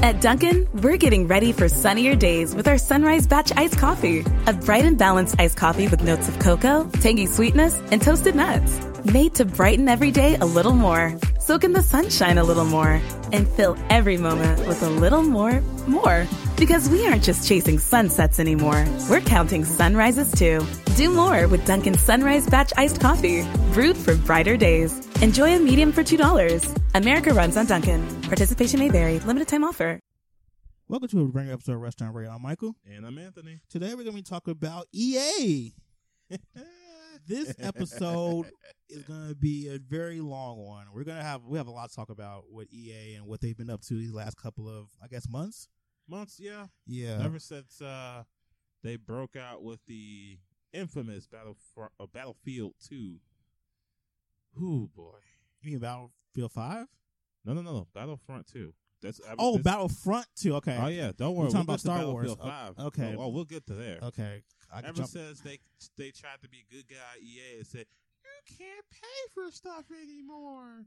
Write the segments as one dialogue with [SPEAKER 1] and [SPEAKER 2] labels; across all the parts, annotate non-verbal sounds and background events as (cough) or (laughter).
[SPEAKER 1] At Duncan, we're getting ready for sunnier days with our Sunrise Batch Iced Coffee, a bright and balanced iced coffee with notes of cocoa, tangy sweetness, and toasted nuts. Made to brighten every day a little more, soak in the sunshine a little more, and fill every moment with a little more, more. Because we aren't just chasing sunsets anymore, we're counting sunrises too. Do more with Dunkin' Sunrise Batch Iced Coffee, brewed for brighter days. Enjoy a medium for $2. America runs on Dunkin'. Participation may vary, limited time offer.
[SPEAKER 2] Welcome to a brand episode of Restaurant Ray. I'm Michael.
[SPEAKER 3] And I'm Anthony.
[SPEAKER 2] Today we're going to be talking about EA. (laughs) This episode is going to be a very long one. We're going to have we have a lot to talk about with EA and what they've been up to these last couple of I guess months.
[SPEAKER 3] Months, yeah.
[SPEAKER 2] Yeah.
[SPEAKER 3] Ever since uh, they broke out with the infamous Battle for, uh, Battlefield 2. Ooh, boy.
[SPEAKER 2] You mean Battlefield 5?
[SPEAKER 3] No, no, no, no. Battlefront 2. That's I-
[SPEAKER 2] Oh,
[SPEAKER 3] this-
[SPEAKER 2] Battlefront 2. Okay.
[SPEAKER 3] Oh, yeah. Don't worry.
[SPEAKER 2] You're talking
[SPEAKER 3] we'll
[SPEAKER 2] about
[SPEAKER 3] get to
[SPEAKER 2] Star Wars.
[SPEAKER 3] Battlefield
[SPEAKER 2] Oh,
[SPEAKER 3] 5.
[SPEAKER 2] okay.
[SPEAKER 3] Oh, we'll get to there.
[SPEAKER 2] Okay. I can
[SPEAKER 3] Ever
[SPEAKER 2] jump-
[SPEAKER 3] since they they tried to be good guy EA and said you can't pay for stuff anymore,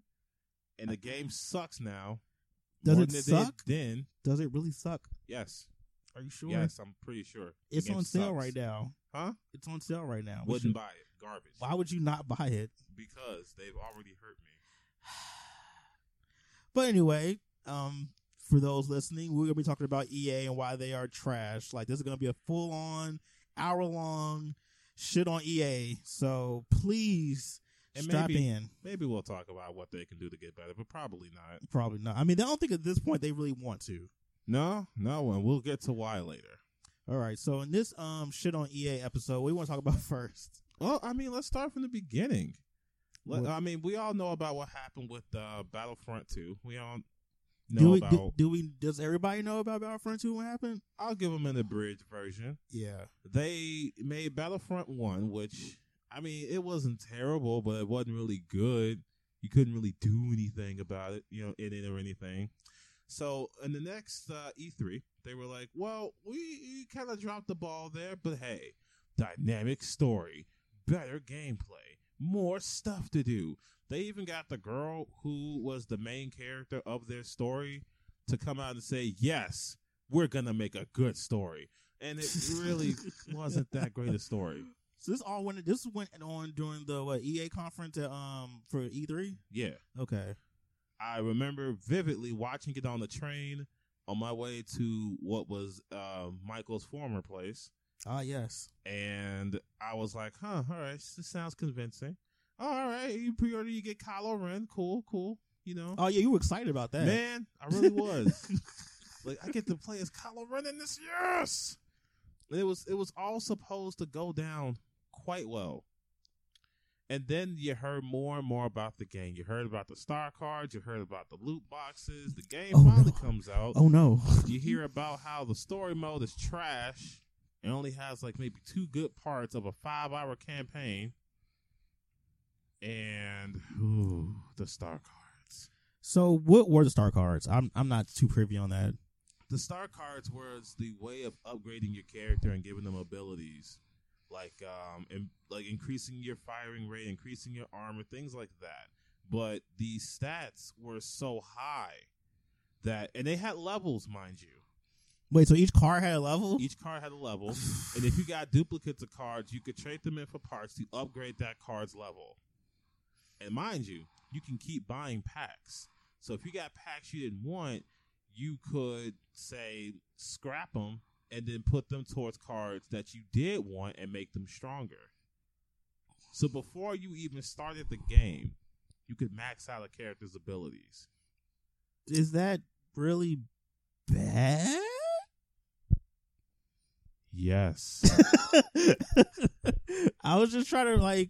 [SPEAKER 3] and the game sucks now.
[SPEAKER 2] Does
[SPEAKER 3] More
[SPEAKER 2] it
[SPEAKER 3] than did
[SPEAKER 2] suck?
[SPEAKER 3] Then
[SPEAKER 2] Does it really suck?
[SPEAKER 3] yes,
[SPEAKER 2] Are you sure?
[SPEAKER 3] yes, I'm pretty sure The
[SPEAKER 2] It's
[SPEAKER 3] game
[SPEAKER 2] on sale
[SPEAKER 3] sucks.
[SPEAKER 2] right now.
[SPEAKER 3] huh?
[SPEAKER 2] It's on sale right now. We
[SPEAKER 3] Wouldn't
[SPEAKER 2] should-
[SPEAKER 3] buy it. Garbage.
[SPEAKER 2] Why would you not buy it?
[SPEAKER 3] Because they've already hurt me.
[SPEAKER 2] But anyway, um, for those listening, we're gonna be talking about EA and why they are trash. Like this is gonna be a full on, hour long shit on EA. So please
[SPEAKER 3] And
[SPEAKER 2] strap
[SPEAKER 3] maybe-
[SPEAKER 2] in.
[SPEAKER 3] Maybe we'll talk about what they can do to get better, but probably not.
[SPEAKER 2] Probably not. I mean, I don't think at this point they really want to.
[SPEAKER 3] No, no, and we'll get to why later.
[SPEAKER 2] All right. So in this um shit on EA episode, what do you want to talk about (laughs) first?
[SPEAKER 3] Well, I mean, let's start from the beginning. Let,
[SPEAKER 2] What-
[SPEAKER 3] I mean, we all know about what happened with uh, Battlefront 2. We all know
[SPEAKER 2] do we
[SPEAKER 3] about.
[SPEAKER 2] do, do we does everybody know about Battlefront Two? What happened?
[SPEAKER 3] I'll give them an abridged version.
[SPEAKER 2] Yeah.
[SPEAKER 3] They made Battlefront 1, which, I mean, it wasn't terrible, but it wasn't really good. You couldn't really do anything about it, you know, in it or anything. So, in the next uh, E3, they were like, well, we kind of dropped the ball there, but hey, dynamic story, better gameplay, more stuff to do. They even got the girl who was the main character of their story to come out and say, yes, we're going to make a good story. And
[SPEAKER 2] (laughs)
[SPEAKER 3] it really wasn't that great a story.
[SPEAKER 2] So this all went. This went on during the what, EA conference at, um for E three.
[SPEAKER 3] Yeah.
[SPEAKER 2] Okay.
[SPEAKER 3] I remember vividly watching it on the train on my way to what was uh, Michael's former place.
[SPEAKER 2] Ah yes.
[SPEAKER 3] and I was like, huh, all right, this sounds convincing. All right, you pre-order, you get Kylo Ren, cool, cool. You know,
[SPEAKER 2] Oh yeah, you were excited about that.
[SPEAKER 3] man, I
[SPEAKER 2] (laughs)
[SPEAKER 3] really was. like, I get to play as Kylo Ren in this, yes. And it was, it was all supposed to go down quite well. And then you heard more and more about the game. You heard about the star cards. You heard about the loot boxes. The game
[SPEAKER 2] Oh,
[SPEAKER 3] finally
[SPEAKER 2] no.
[SPEAKER 3] comes out
[SPEAKER 2] Oh no.
[SPEAKER 3] you hear about how the story mode is trash and only has like maybe two good parts of a five hour campaign and ooh, the star cards
[SPEAKER 2] So what were the star cards? I'm I'm not too privy on that.
[SPEAKER 3] the star cards was the way of upgrading your character and giving them abilities like um and like increasing your firing rate increasing your armor things like that but the stats were so high that and they had levels mind you
[SPEAKER 2] Wait, so each card had a level?
[SPEAKER 3] Each card had a level, and if you got duplicates of cards, you could trade them in for parts to upgrade that card's level. And mind you, you can keep buying packs. So if you got packs you didn't want, you could say scrap them and then put them towards cards that you did want and make them stronger. So before you even started the game, you could max out a character's abilities.
[SPEAKER 2] Is that really bad?
[SPEAKER 3] Yes.
[SPEAKER 2] (laughs) I was just trying to like.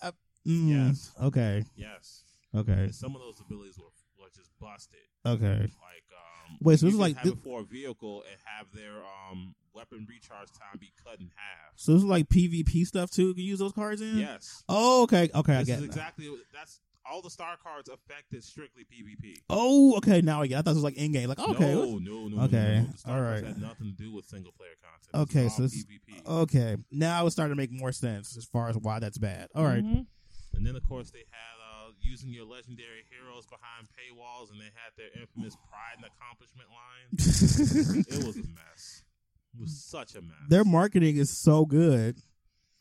[SPEAKER 2] Uh, mm,
[SPEAKER 3] Yes.
[SPEAKER 2] Okay.
[SPEAKER 3] yes.
[SPEAKER 2] Okay.
[SPEAKER 3] And some of those abilities were, were just busted.
[SPEAKER 2] Okay.
[SPEAKER 3] like um
[SPEAKER 2] Wait, so
[SPEAKER 3] you
[SPEAKER 2] this is
[SPEAKER 3] can
[SPEAKER 2] like
[SPEAKER 3] have
[SPEAKER 2] thi-
[SPEAKER 3] it for a vehicle and have their um weapon recharge time be cut in half.
[SPEAKER 2] So this is like PvP stuff too. You can use those cards in.
[SPEAKER 3] Yes.
[SPEAKER 2] Oh, okay. Okay, I
[SPEAKER 3] this
[SPEAKER 2] get
[SPEAKER 3] is
[SPEAKER 2] it. now.
[SPEAKER 3] exactly that's all the star cards affected strictly PvP.
[SPEAKER 2] Oh, okay. Now I get. It. I thought it was like in game. Like okay.
[SPEAKER 3] No, no, no.
[SPEAKER 2] Okay,
[SPEAKER 3] No, no. The star
[SPEAKER 2] all
[SPEAKER 3] cards
[SPEAKER 2] right.
[SPEAKER 3] Had nothing to do with single player content. It's
[SPEAKER 2] Okay,
[SPEAKER 3] all
[SPEAKER 2] so uh, it's-
[SPEAKER 3] PvP.
[SPEAKER 2] Okay. Now it's starting to make more sense as far as why that's bad. All right.
[SPEAKER 3] Mhm. And then of course they had uh using your legendary heroes behind paywalls, and they had their infamous pride and accomplishment line.
[SPEAKER 2] (laughs)
[SPEAKER 3] it was a mess. It was such a mess.
[SPEAKER 2] (laughs) Their marketing is so good.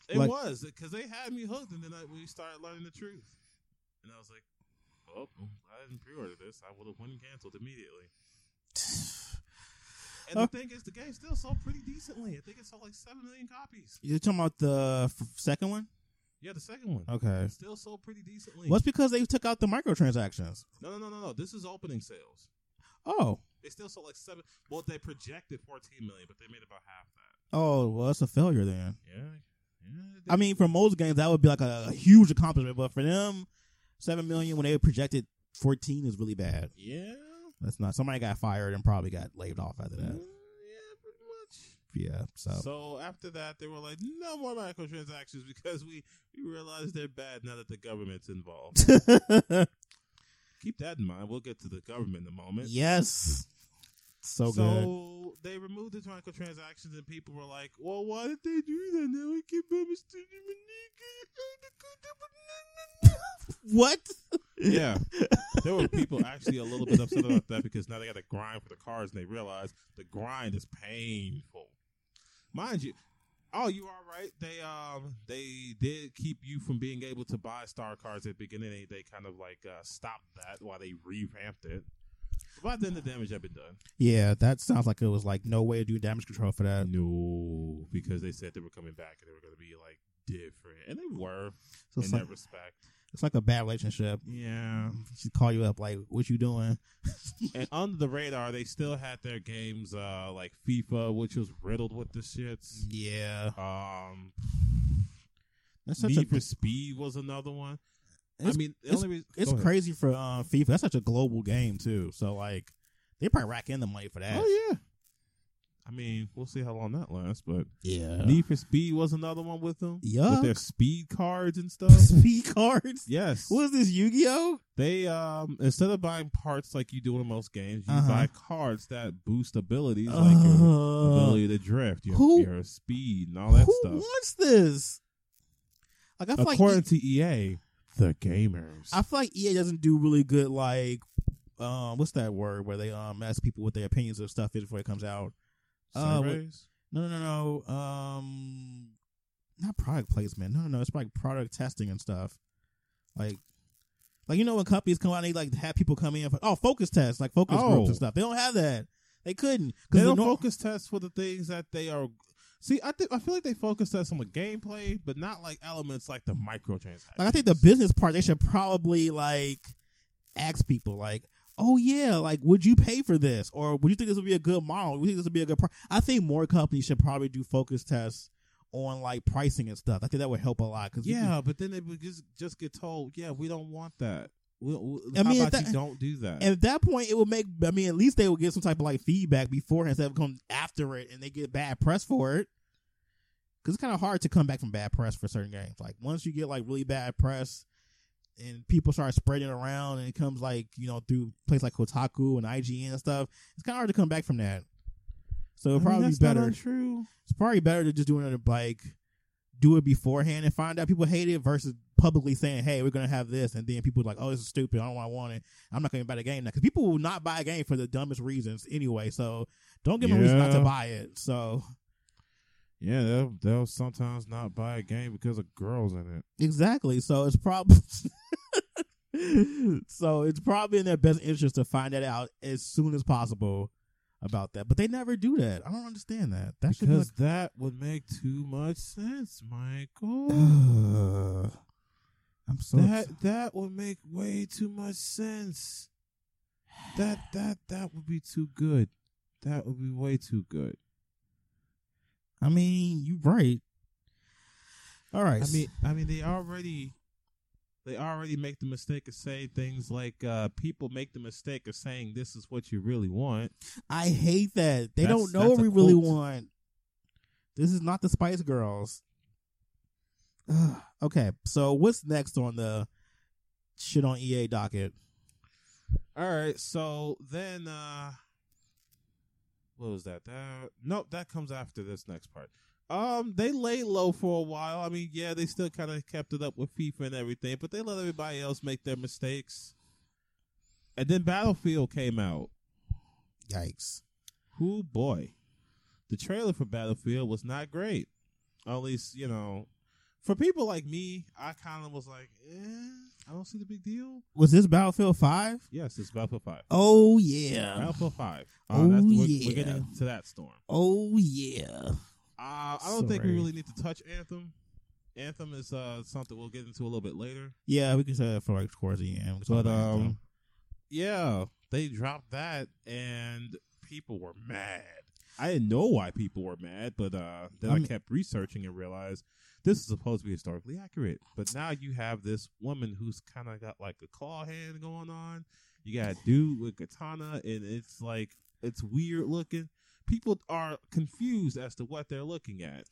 [SPEAKER 3] It
[SPEAKER 2] Like-
[SPEAKER 3] was because they had me hooked, and then I, we started learning the truth, and I was like, "Oh, I didn't pre-order this. I would have went and canceled immediately." And
[SPEAKER 2] Oh.
[SPEAKER 3] the thing is, the game still sold pretty decently. I think it sold like seven million copies.
[SPEAKER 2] You're talking about the f- second one?
[SPEAKER 3] Yeah, the second one
[SPEAKER 2] Okay.
[SPEAKER 3] It still sold pretty decently.
[SPEAKER 2] What's because they took out the microtransactions?
[SPEAKER 3] No, no, no, no, no. This is opening sales.
[SPEAKER 2] Oh,
[SPEAKER 3] They still sold like seven. Well, they projected fourteen million, but they made about half that.
[SPEAKER 2] oh, well, that's a failure then.
[SPEAKER 3] Yeah, yeah. they-
[SPEAKER 2] I mean, for most games, that would be like a, a huge accomplishment, but for them, seven million when they projected fourteen is really bad.
[SPEAKER 3] yeah,
[SPEAKER 2] That's not somebody got fired and probably got laid off after
[SPEAKER 3] yeah,
[SPEAKER 2] that.
[SPEAKER 3] pretty much.
[SPEAKER 2] Yeah, so,
[SPEAKER 3] So after that, they were like, no more microtransactions because we, we realize they're bad now that the government's
[SPEAKER 2] (laughs)
[SPEAKER 3] involved. Keep that in mind. We'll get to the government in a moment.
[SPEAKER 2] yes, so, (laughs) good.
[SPEAKER 3] So they removed the microtransactions, and people were like, well, why did they do that? Now we keep having Studio uh, Manika.
[SPEAKER 2] What?
[SPEAKER 3] Yeah. There were people actually a little bit upset about that because now they got to grind for the cars and they realize the grind is painful. Mind you, oh, you are right. They um they did keep you from being able to buy star cards at the beginning. They, they kind of like uh, stopped that while they revamped it. But then the damage had been done.
[SPEAKER 2] (laughs) Yeah, that sounds like it was like no way to do damage control for that.
[SPEAKER 3] No, because they said they were coming back and they were going to be like different, and they were
[SPEAKER 2] So
[SPEAKER 3] in
[SPEAKER 2] it's like
[SPEAKER 3] that respect.
[SPEAKER 2] it's like a bad relationship.
[SPEAKER 3] Yeah.
[SPEAKER 2] She call you up like, "What you doing?"
[SPEAKER 3] and under the radar, they still had their games uh, like FIFA, which was riddled with the shits.
[SPEAKER 2] Yeah,
[SPEAKER 3] Um,
[SPEAKER 2] that's such
[SPEAKER 3] Need
[SPEAKER 2] a
[SPEAKER 3] for Speed was another one.
[SPEAKER 2] It's-
[SPEAKER 3] I mean, the
[SPEAKER 2] it's-
[SPEAKER 3] only reason,
[SPEAKER 2] it's
[SPEAKER 3] go ahead.
[SPEAKER 2] crazy for uh, FIFA. That's such a global game too. So like, they probably rack in the money for that.
[SPEAKER 3] Oh yeah. I mean, we'll see how long that lasts, but
[SPEAKER 2] yeah,
[SPEAKER 3] Need for Speed was another one with them.
[SPEAKER 2] Yuck.
[SPEAKER 3] with their speed cards and
[SPEAKER 2] (laughs)
[SPEAKER 3] stuff.
[SPEAKER 2] speed cards.
[SPEAKER 3] yes,
[SPEAKER 2] What is this Yu Gi Oh?
[SPEAKER 3] they um instead of buying parts like you do in most games, you
[SPEAKER 2] Uh-huh. Uh,
[SPEAKER 3] buy cards that boost abilities like your ability to drift, your,
[SPEAKER 2] who-
[SPEAKER 3] your speed, and all that
[SPEAKER 2] who
[SPEAKER 3] stuff.
[SPEAKER 2] wants this? Like I feel
[SPEAKER 3] According
[SPEAKER 2] like
[SPEAKER 3] to E EA, the gamers.
[SPEAKER 2] I feel like EA doesn't do really good. Like, um, what's that word where they um ask people what their opinions of stuff is before it comes out? uh, what-
[SPEAKER 3] Surveys?
[SPEAKER 2] No, no, no, no. Um, not product placement. No, no, no. It's like product testing and stuff. Like, like you know when companies come out, and they like have people come in for oh focus tests, like focus groups
[SPEAKER 3] Oh.
[SPEAKER 2] and stuff. They don't have that. They couldn't
[SPEAKER 3] they
[SPEAKER 2] the
[SPEAKER 3] don't
[SPEAKER 2] nor-
[SPEAKER 3] focus test for the things that they are. See, I think I feel like they focus test on the gameplay, but not like elements like the microtransactions.
[SPEAKER 2] Like I think the business part, they should probably like ask people like. Oh yeah, like would you pay for this, or would you think this would be a good model? Would you think this would be a good? Pro-? I think more companies should probably do focus tests on like pricing and stuff. I think that would help a lot because
[SPEAKER 3] yeah, but then they would just just get told, yeah, we don't want that. We, we,
[SPEAKER 2] I
[SPEAKER 3] how
[SPEAKER 2] mean,
[SPEAKER 3] about
[SPEAKER 2] that-
[SPEAKER 3] you don't do that?
[SPEAKER 2] at that point it would make i mean at least they would get some type of like feedback beforehand instead of come after it and they get bad press for it because it's kind of hard to come back from bad press for certain games like once you get like really bad press and people start spreading it around and it comes like you know through places like kotaku and ign and stuff it's kind of hard to come back from that so
[SPEAKER 3] I
[SPEAKER 2] it'd
[SPEAKER 3] mean,
[SPEAKER 2] probably be
[SPEAKER 3] that's
[SPEAKER 2] better
[SPEAKER 3] Not untrue.
[SPEAKER 2] it's probably better to just do another like do it beforehand and find out people hate it versus publicly saying, "Hey, we're gonna have this," and then people like, "Oh, this is stupid. I don't want, want it. I'm not gonna buy the game now." Because people will not buy a game for the dumbest reasons anyway. So don't give them a reason not to
[SPEAKER 3] Yeah.
[SPEAKER 2] buy it. So
[SPEAKER 3] Yeah, they'll, they'll sometimes not buy a game because of girls in it.
[SPEAKER 2] exactly. So it's probably (laughs) so it's probably in their best interest to find that out as soon as possible about that. But they never do that. I don't understand that. That should be
[SPEAKER 3] Because that would make too much sense,
[SPEAKER 2] (sighs)
[SPEAKER 3] Michael. (sighs)
[SPEAKER 2] like, I'm so
[SPEAKER 3] That that would make way too much sense. That that that would be too good. That would be way too good.
[SPEAKER 2] I mean, you right. All right.
[SPEAKER 3] I mean, I mean, they already they already make the mistake of saying things like uh, people make the mistake of saying this is what you really want.
[SPEAKER 2] I hate that they
[SPEAKER 3] That's-
[SPEAKER 2] don't know what
[SPEAKER 3] that's
[SPEAKER 2] we
[SPEAKER 3] a
[SPEAKER 2] really
[SPEAKER 3] quote.
[SPEAKER 2] want. This is not the Spice Girls. (sighs) Ugh. okay, so what's next on the shit on EA docket?
[SPEAKER 3] All right, so then uh, what was that? That nope, that comes after this next part. Um, they lay low for a while. I mean, yeah, they still kind of kept it up with FIFA and everything, but they let everybody else make their mistakes. And then Battlefield came out.
[SPEAKER 2] Yikes.
[SPEAKER 3] Who boy, the trailer for Battlefield was not great. At least you know, for people like me, I kind of was like, eh, I don't see the big deal.
[SPEAKER 2] Was this Battlefield 5?
[SPEAKER 3] Yes, it's Battlefield Five.
[SPEAKER 2] Oh, yeah.
[SPEAKER 3] Battlefield Five. Uh,
[SPEAKER 2] Oh,
[SPEAKER 3] that's, we're,
[SPEAKER 2] yeah.
[SPEAKER 3] we're getting to that storm.
[SPEAKER 2] Oh, yeah.
[SPEAKER 3] Uh, I don't think we
[SPEAKER 2] Sorry.
[SPEAKER 3] really need to touch Anthem. Anthem is uh, something we'll get into a little bit later.
[SPEAKER 2] Yeah, we can say that for like towards the end. We can talk
[SPEAKER 3] But
[SPEAKER 2] about that,
[SPEAKER 3] um, yeah, they dropped that, and people were mad. I didn't know why people were mad, but uh, then
[SPEAKER 2] I
[SPEAKER 3] I,
[SPEAKER 2] mean-
[SPEAKER 3] kept researching and realized this is supposed to be historically accurate. But now you have this woman who's kind of got like a claw hand going on. You got a dude with katana, and it's like it's weird looking. People are confused as to what they're looking at.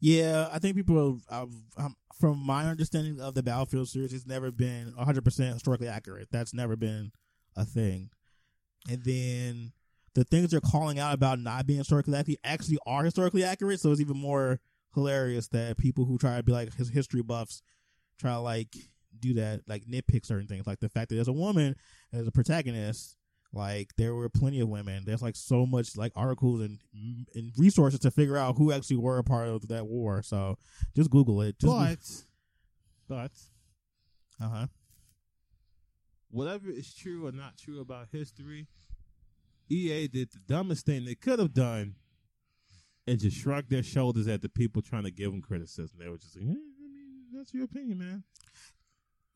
[SPEAKER 2] Yeah, I think people are, um, um, from my understanding of the Battlefield series, it's never been 100% historically accurate. That's never been a thing. And then the things they're calling out about not being historically accurate actually are historically accurate. So it's even more hilarious that people who try to be like his history buffs try to like do that, like nitpick certain things, like the fact that there's a woman as a protagonist. Like there were plenty of women. There's like so much like articles and and resources to figure out who actually were a part of that war. So just Google it. Just
[SPEAKER 3] but
[SPEAKER 2] uh huh.
[SPEAKER 3] whatever is true or not true about history, EA did the dumbest thing they could have done and just shrugged their shoulders at the people trying to give them criticism. They were just like, eh, I mean, that's your opinion, man.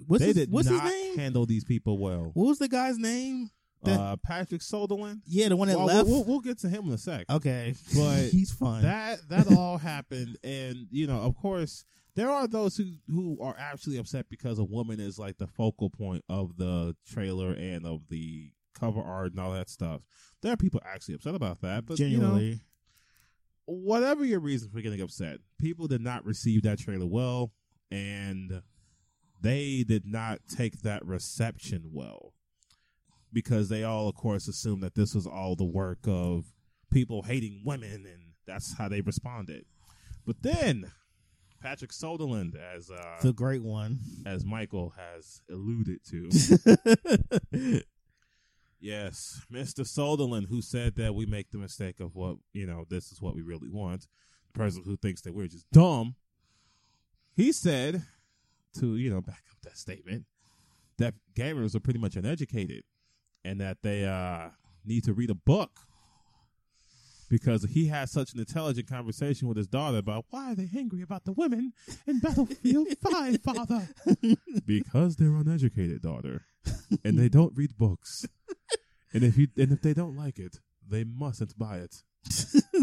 [SPEAKER 2] What's
[SPEAKER 3] they
[SPEAKER 2] his,
[SPEAKER 3] did
[SPEAKER 2] what's his
[SPEAKER 3] not
[SPEAKER 2] name?
[SPEAKER 3] handle these people well.
[SPEAKER 2] What was the guy's name? that-
[SPEAKER 3] Uh, Patrick Soderlund.
[SPEAKER 2] Yeah, the one that
[SPEAKER 3] Well,
[SPEAKER 2] left.
[SPEAKER 3] We'll, we'll get to him in a sec.
[SPEAKER 2] okay,
[SPEAKER 3] But
[SPEAKER 2] (laughs) he's fun.
[SPEAKER 3] That that
[SPEAKER 2] (laughs)
[SPEAKER 3] all happened, and you know, of course, there are those who who are actually upset because a woman is like the focal point of the trailer and of the cover art and all that stuff. There are people actually upset about that, but
[SPEAKER 2] Genuinely,
[SPEAKER 3] you know, whatever your reason for getting upset, people did not receive that trailer well, and they did not take that reception well because they all, of course, assumed that this was all the work of people hating women, and that's how they responded. But then Patrick Soderlund, as uh,
[SPEAKER 2] the great one. (laughs)
[SPEAKER 3] as Michael has alluded to, Yes, Mr. Soderlund, who said that we make the mistake of what you know, this is what we really want. The person who thinks that we're just dumb. He said, to you know, back up that statement, that gamers are pretty much uneducated, and that they uh, need to read a book because he had such an intelligent conversation with his daughter about why are they angry about the women in Battlefield Five, Father? because they're uneducated, daughter, and they don't read books. And if you and if they don't like it, they mustn't buy it.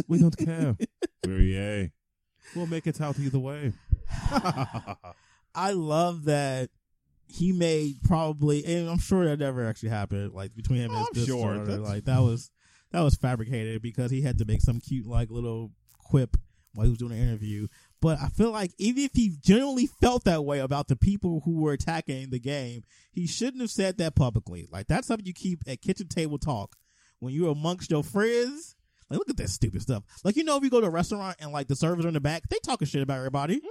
[SPEAKER 3] We don't care. We're EA. We'll make it out either way.
[SPEAKER 2] I love that he made probably, and I'm sure that never actually happened. Like between him and
[SPEAKER 3] Oh,
[SPEAKER 2] his
[SPEAKER 3] I'm
[SPEAKER 2] sister,
[SPEAKER 3] sure.
[SPEAKER 2] or,
[SPEAKER 3] That's-
[SPEAKER 2] like that was that was fabricated because he had to make some cute like little quip while he was doing an interview. But I feel like even if he genuinely felt that way about the people who were attacking the game, he shouldn't have said that publicly. Like that's something you keep at kitchen table talk when you're amongst your friends. Like look at that stupid stuff. Like you know, if you go to a restaurant and like the servers are in the back, they talking shit about everybody.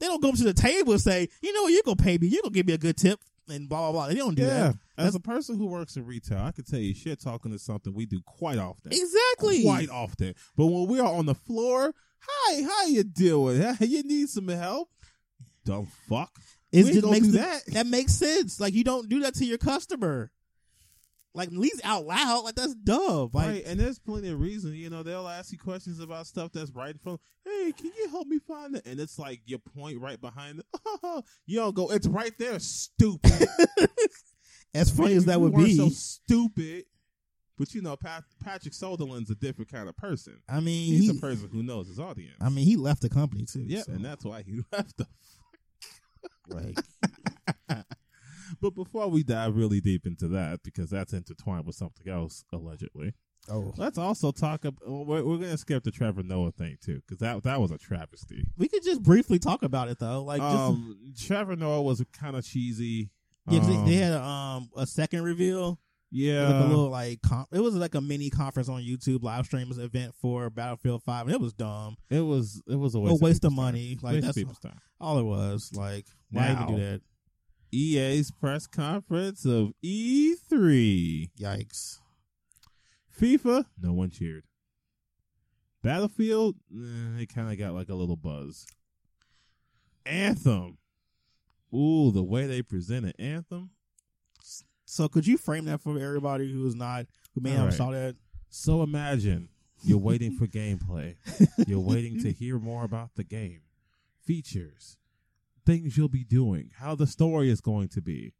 [SPEAKER 2] They don't go up to the table and say, you know, what, you're gonna pay me, you're gonna give me a good tip, and blah blah blah. They don't do
[SPEAKER 3] Yeah.
[SPEAKER 2] that.
[SPEAKER 3] As a person who works in retail, I can tell you shit talking is something we do quite often.
[SPEAKER 2] Exactly.
[SPEAKER 3] Quite often. But when we are on the floor, hi, how you doing? (laughs) Huh? You need some help? Dumb fuck.
[SPEAKER 2] It
[SPEAKER 3] We ain't
[SPEAKER 2] just
[SPEAKER 3] gonna
[SPEAKER 2] makes
[SPEAKER 3] do
[SPEAKER 2] the-
[SPEAKER 3] that.
[SPEAKER 2] That makes sense. Like you don't do that to your customer. Like at least out loud. Like that's dumb. Like
[SPEAKER 3] right, and there's plenty of reason. You know, they'll ask you questions about stuff that's right in front. Hey, can you help me find it? And it's like your point right behind it. (laughs) you don't go. It's right there. Stupid.
[SPEAKER 2] as (laughs) funny as
[SPEAKER 3] Maybe
[SPEAKER 2] that
[SPEAKER 3] we
[SPEAKER 2] would
[SPEAKER 3] weren't
[SPEAKER 2] be.
[SPEAKER 3] so stupid. But you know, Pat- Patrick Soderlund's a different kind of person.
[SPEAKER 2] I mean,
[SPEAKER 3] He's a
[SPEAKER 2] he,
[SPEAKER 3] person who knows his audience.
[SPEAKER 2] I mean, he left the company too.
[SPEAKER 3] yeah,
[SPEAKER 2] so,
[SPEAKER 3] and that's why he (laughs) left the (laughs)
[SPEAKER 2] like
[SPEAKER 3] But before we dive really deep into that, because that's intertwined with something else, allegedly,
[SPEAKER 2] oh,
[SPEAKER 3] let's also talk about. We're, we're going to skip the Trevor Noah thing, too, because that, that was a travesty.
[SPEAKER 2] we could just briefly talk about it though. Like just
[SPEAKER 3] um, Trevor Um, Noah was kind of cheesy.
[SPEAKER 2] yeah, 'cause they-
[SPEAKER 3] Um,
[SPEAKER 2] they had a, um a second reveal It
[SPEAKER 3] Yeah.
[SPEAKER 2] was like a little like con- it was like a mini conference on YouTube live streams event for Battlefield Five, and it was dumb,
[SPEAKER 3] It was it was a
[SPEAKER 2] a
[SPEAKER 3] waste,
[SPEAKER 2] Oh, waste of
[SPEAKER 3] people's
[SPEAKER 2] money.
[SPEAKER 3] time.
[SPEAKER 2] Like
[SPEAKER 3] Waste of
[SPEAKER 2] that's
[SPEAKER 3] people's time.
[SPEAKER 2] all it was. Like why even do
[SPEAKER 3] Now-
[SPEAKER 2] that?
[SPEAKER 3] EA's E press conference of E E3.
[SPEAKER 2] Yikes!
[SPEAKER 3] FIFA, no one cheered. Battlefield, eh, it kind of got like a little buzz. Anthem, ooh, the way they presented Anthem.
[SPEAKER 2] So could you frame that for everybody who is not who may
[SPEAKER 3] All
[SPEAKER 2] not have
[SPEAKER 3] right.
[SPEAKER 2] saw that?
[SPEAKER 3] So imagine you're waiting for gameplay. You're waiting to hear more about the game, features, things you'll be doing, how the story is going to be.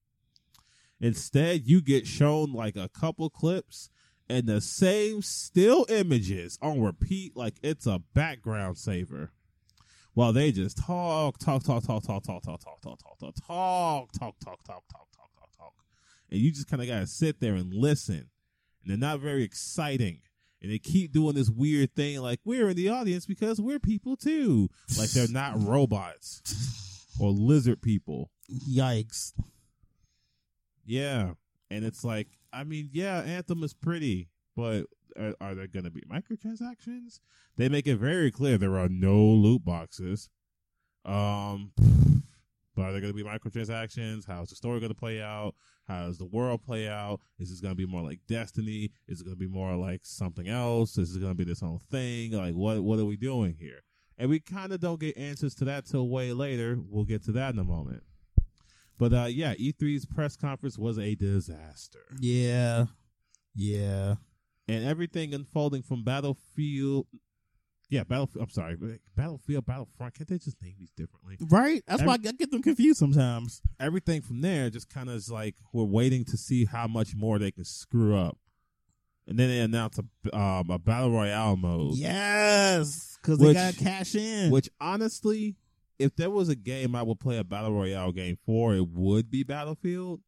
[SPEAKER 3] Instead, you get shown like a couple clips and the same still images on repeat, like it's a background saver. While they just talk, talk, talk, talk, talk, talk, talk, talk, talk, talk, talk, talk, talk, talk, talk, talk, talk, talk, talk, and you just kind of gotta sit there and listen. And they're not very exciting and they keep doing this weird thing like we're in the audience because we're people too like they're not robots or lizard people
[SPEAKER 2] Yikes!
[SPEAKER 3] yeah and it's like i mean yeah anthem is pretty but are, are there gonna be microtransactions they make it very clear there are no loot boxes um but are there gonna be microtransactions how's the story gonna play out how does the world play out? Is this going to be more like Destiny? Is it going to be more like something else? Is it going to be this whole thing? Like, what what are we doing here? And we kind of don't get answers to that till way later. We'll get to that in a moment. But uh, yeah, E3's press conference was a disaster,
[SPEAKER 2] Yeah, yeah.
[SPEAKER 3] and everything unfolding from Battlefield. Yeah, Battlefield. I'm sorry, Battlefield, Battlefront. Can't they just name these differently?
[SPEAKER 2] Right? That's why I get them confused sometimes.
[SPEAKER 3] everything from there just kind of is like we're waiting to see how much more they can screw up. And then they announce a um, a battle royale mode,
[SPEAKER 2] Yes, because they
[SPEAKER 3] Which-
[SPEAKER 2] got to cash in.
[SPEAKER 3] which honestly, if there was a game I would play a battle royale game for, it would be Battlefield,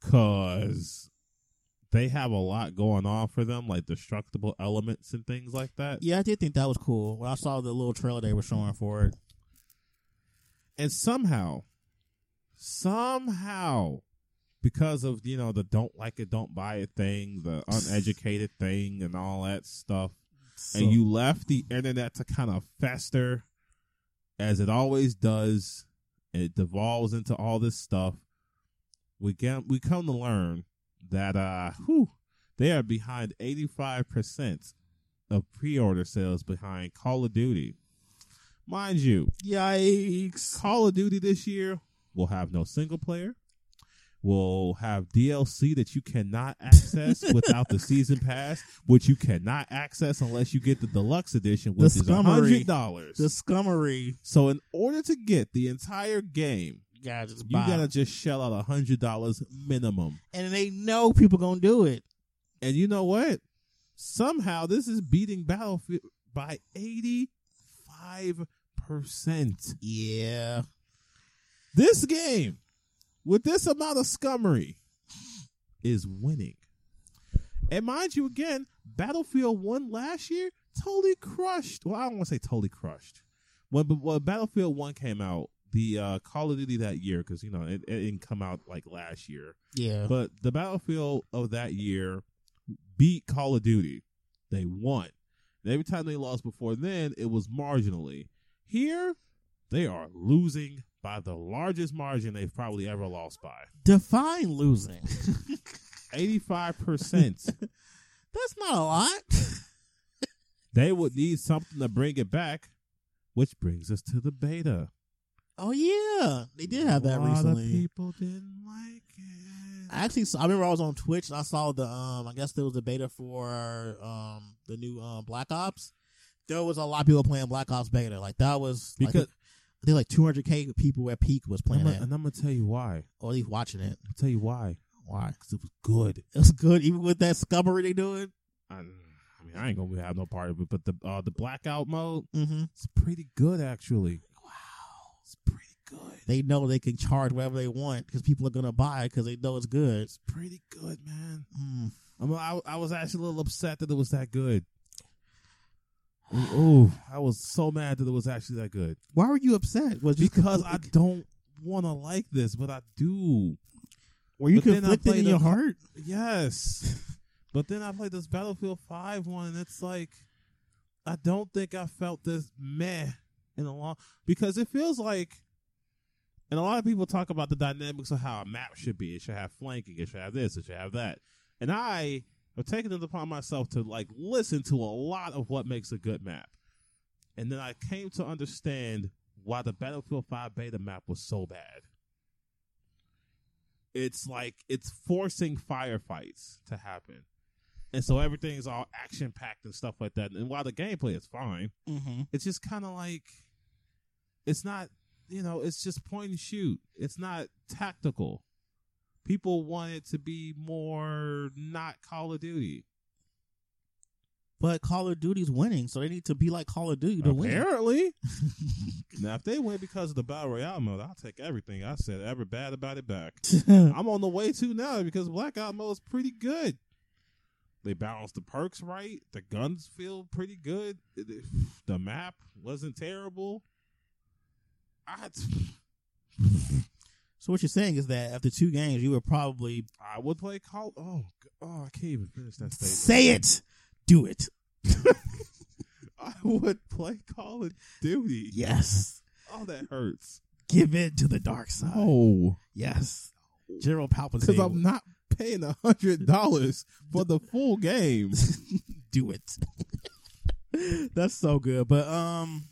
[SPEAKER 3] cause they have a lot going on for them, like destructible elements and things like that.
[SPEAKER 2] yeah, I did think that was cool when I saw the little trailer they were showing for it.
[SPEAKER 3] and somehow, somehow, because of you know the don't like it, don't buy it thing, the uneducated thing, and all that stuff,
[SPEAKER 2] So-
[SPEAKER 3] and you left the internet to kind of fester, as it always does, and it devolves into all this stuff. We get we come to learn that uh, whew, they are behind eighty five percent of pre order sales behind Call of Duty. Mind you,
[SPEAKER 2] yikes!
[SPEAKER 3] Call of Duty this year will have no single player. Will have DLC that you cannot access
[SPEAKER 2] (laughs)
[SPEAKER 3] without the season pass, which you cannot access unless you get the deluxe edition,
[SPEAKER 2] The
[SPEAKER 3] which is
[SPEAKER 2] skummery.
[SPEAKER 3] hundred dollars.
[SPEAKER 2] The scummery.
[SPEAKER 3] So in order to get the entire game,
[SPEAKER 2] You gotta just
[SPEAKER 3] you
[SPEAKER 2] buy.
[SPEAKER 3] gotta just shell out hundred dollars minimum.
[SPEAKER 2] and they know people gonna do it.
[SPEAKER 3] And you know what? Somehow this is beating Battlefield by eighty five percent.
[SPEAKER 2] Yeah.
[SPEAKER 3] This game with this amount of scummery is winning. And mind you, again, Battlefield 1 last year totally crushed. Well, I don't want to say totally crushed. When, when Battlefield 1 came out, the uh, Call of Duty that year, because, you know, it, it didn't come out like last year.
[SPEAKER 2] Yeah.
[SPEAKER 3] But the Battlefield of that year beat Call of Duty. They won. And every time they lost before then, it was marginally. Here, they are losing by the largest margin they've probably ever lost by.
[SPEAKER 2] Define losing. (laughs)
[SPEAKER 3] 85%.
[SPEAKER 2] That's not a lot.
[SPEAKER 3] they would need something to bring it back, which brings us to the beta.
[SPEAKER 2] oh yeah, they did have that
[SPEAKER 3] A lot of
[SPEAKER 2] recently.
[SPEAKER 3] people didn't like it.
[SPEAKER 2] I actually, saw, I remember I was on Twitch and I saw the um. I guess there was a beta for um the new um Black Ops. There was a lot of people playing Black Ops beta. Like that was like,
[SPEAKER 3] Because-
[SPEAKER 2] I think like 200k people at peak was
[SPEAKER 3] I'm
[SPEAKER 2] playing
[SPEAKER 3] gonna-
[SPEAKER 2] that,
[SPEAKER 3] and I'm going to tell you why.
[SPEAKER 2] or at least watching it.
[SPEAKER 3] I'll tell you why.
[SPEAKER 2] Why?
[SPEAKER 3] Because it was good.
[SPEAKER 2] It was good, even with that scummery they doing.
[SPEAKER 3] I, I mean, I ain't gonna have no part of it, but the uh, the blackout mode
[SPEAKER 2] Mm-hmm.
[SPEAKER 3] it's pretty good actually. Wow, it's pretty good.
[SPEAKER 2] They know they can charge whatever they want because people are gonna buy because they know it's good.
[SPEAKER 3] It's pretty good, man.
[SPEAKER 2] Mm.
[SPEAKER 3] I'm, I I was actually a little upset that it was that good. Oh, I was so mad that it was actually that good
[SPEAKER 2] Why were you upset? Was
[SPEAKER 3] because I don't want to like this, but I do.
[SPEAKER 2] Were you
[SPEAKER 3] But then I
[SPEAKER 2] conflicted in
[SPEAKER 3] played
[SPEAKER 2] your
[SPEAKER 3] a-
[SPEAKER 2] heart?
[SPEAKER 3] Yes. but then I played this Battlefield 5 one, and it's like, I don't think I felt this meh in a long, because it feels like, and a lot of people talk about the dynamics of how a map should be. It should have flanking, it should have this, it should have that. And I have taken it upon myself to like listen to a lot of what makes a good map. And then I came to understand why the Battlefield 5 beta map was so bad it's like it's forcing firefights to happen. And so everything's all action packed and stuff like that. And while the gameplay is fine,
[SPEAKER 2] Mm-hmm.
[SPEAKER 3] it's just kind of like it's not, you know, it's just point and shoot. It's not tactical. People want it to be more not Call of Duty.
[SPEAKER 2] But Call of Duty's winning, so they need to be like Call of Duty to win.
[SPEAKER 3] Apparently. now, if they win because of the Battle Royale mode, I'll take everything I said ever bad about it back. I'm on the way to now because Blackout Mode's pretty good. They balanced the perks right. The guns feel pretty good. The- The map wasn't terrible. I,
[SPEAKER 2] (laughs) so what you're saying is that after two games, you were probably
[SPEAKER 3] I would play Call. Oh, g- oh, I can't even finish that statement.
[SPEAKER 2] (laughs) say it, do it.
[SPEAKER 3] (laughs) I would play Call of Duty.
[SPEAKER 2] Yes,
[SPEAKER 3] Oh, that hurts.
[SPEAKER 2] give in to the dark side.
[SPEAKER 3] Oh,
[SPEAKER 2] Yes, General Palpatine.
[SPEAKER 3] because I'm not paying a hundred dollars for the full game.
[SPEAKER 2] do it. That's so good. But um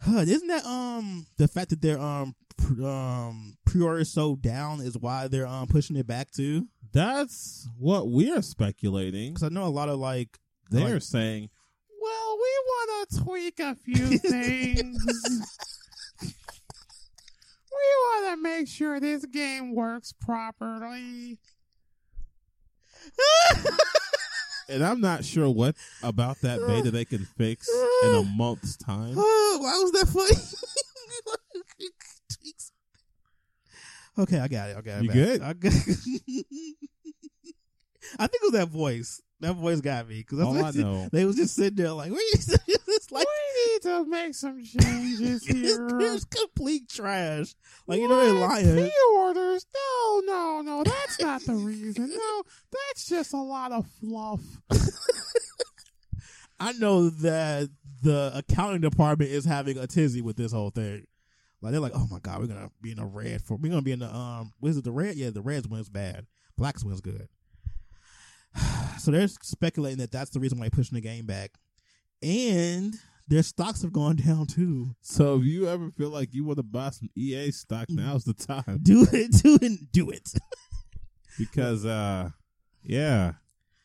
[SPEAKER 2] huh, isn't that um the fact that their um pr- um pre-order is so down is why they're um pushing it back too?
[SPEAKER 3] That's what we're speculating.
[SPEAKER 2] Cuz I know a lot of like
[SPEAKER 3] They're
[SPEAKER 2] like-
[SPEAKER 3] saying, well, we want to tweak a (laughs) few things. we want to make sure this game works properly. and I'm not sure what about that beta they can fix in a month's (laughs) time.
[SPEAKER 2] oh, (gasps) why was that funny? Tweaks. (laughs) okay, I got it. I got it.
[SPEAKER 3] You
[SPEAKER 2] back.
[SPEAKER 3] good?
[SPEAKER 2] I, got- (laughs) I think it was that voice. That voice got me cuz
[SPEAKER 3] All I know.
[SPEAKER 2] (laughs) they was just sitting there like, (laughs) wait, it's like
[SPEAKER 3] we need to make some changes
[SPEAKER 2] (laughs) It's
[SPEAKER 3] (laughs)
[SPEAKER 2] it's complete trash. Like you know they're
[SPEAKER 3] What?
[SPEAKER 2] lying.
[SPEAKER 3] Pre-orders? No, no, no. That's not the reason. No, that's just a lot of fluff.
[SPEAKER 2] I know that the accounting department is having a tizzy with this whole thing. Like they're like, oh my god, we're gonna be in the red for we're gonna be in the um what is it the red? Yeah, the reds wins bad, blacks wins good. (sighs) so they're speculating that that's the reason why they're pushing the game back, and their stocks have gone down too.
[SPEAKER 3] So if you ever feel like you want to buy some EA stock, now's the
[SPEAKER 2] (laughs)
[SPEAKER 3] time
[SPEAKER 2] Do it, do it, do it.
[SPEAKER 3] because, uh yeah,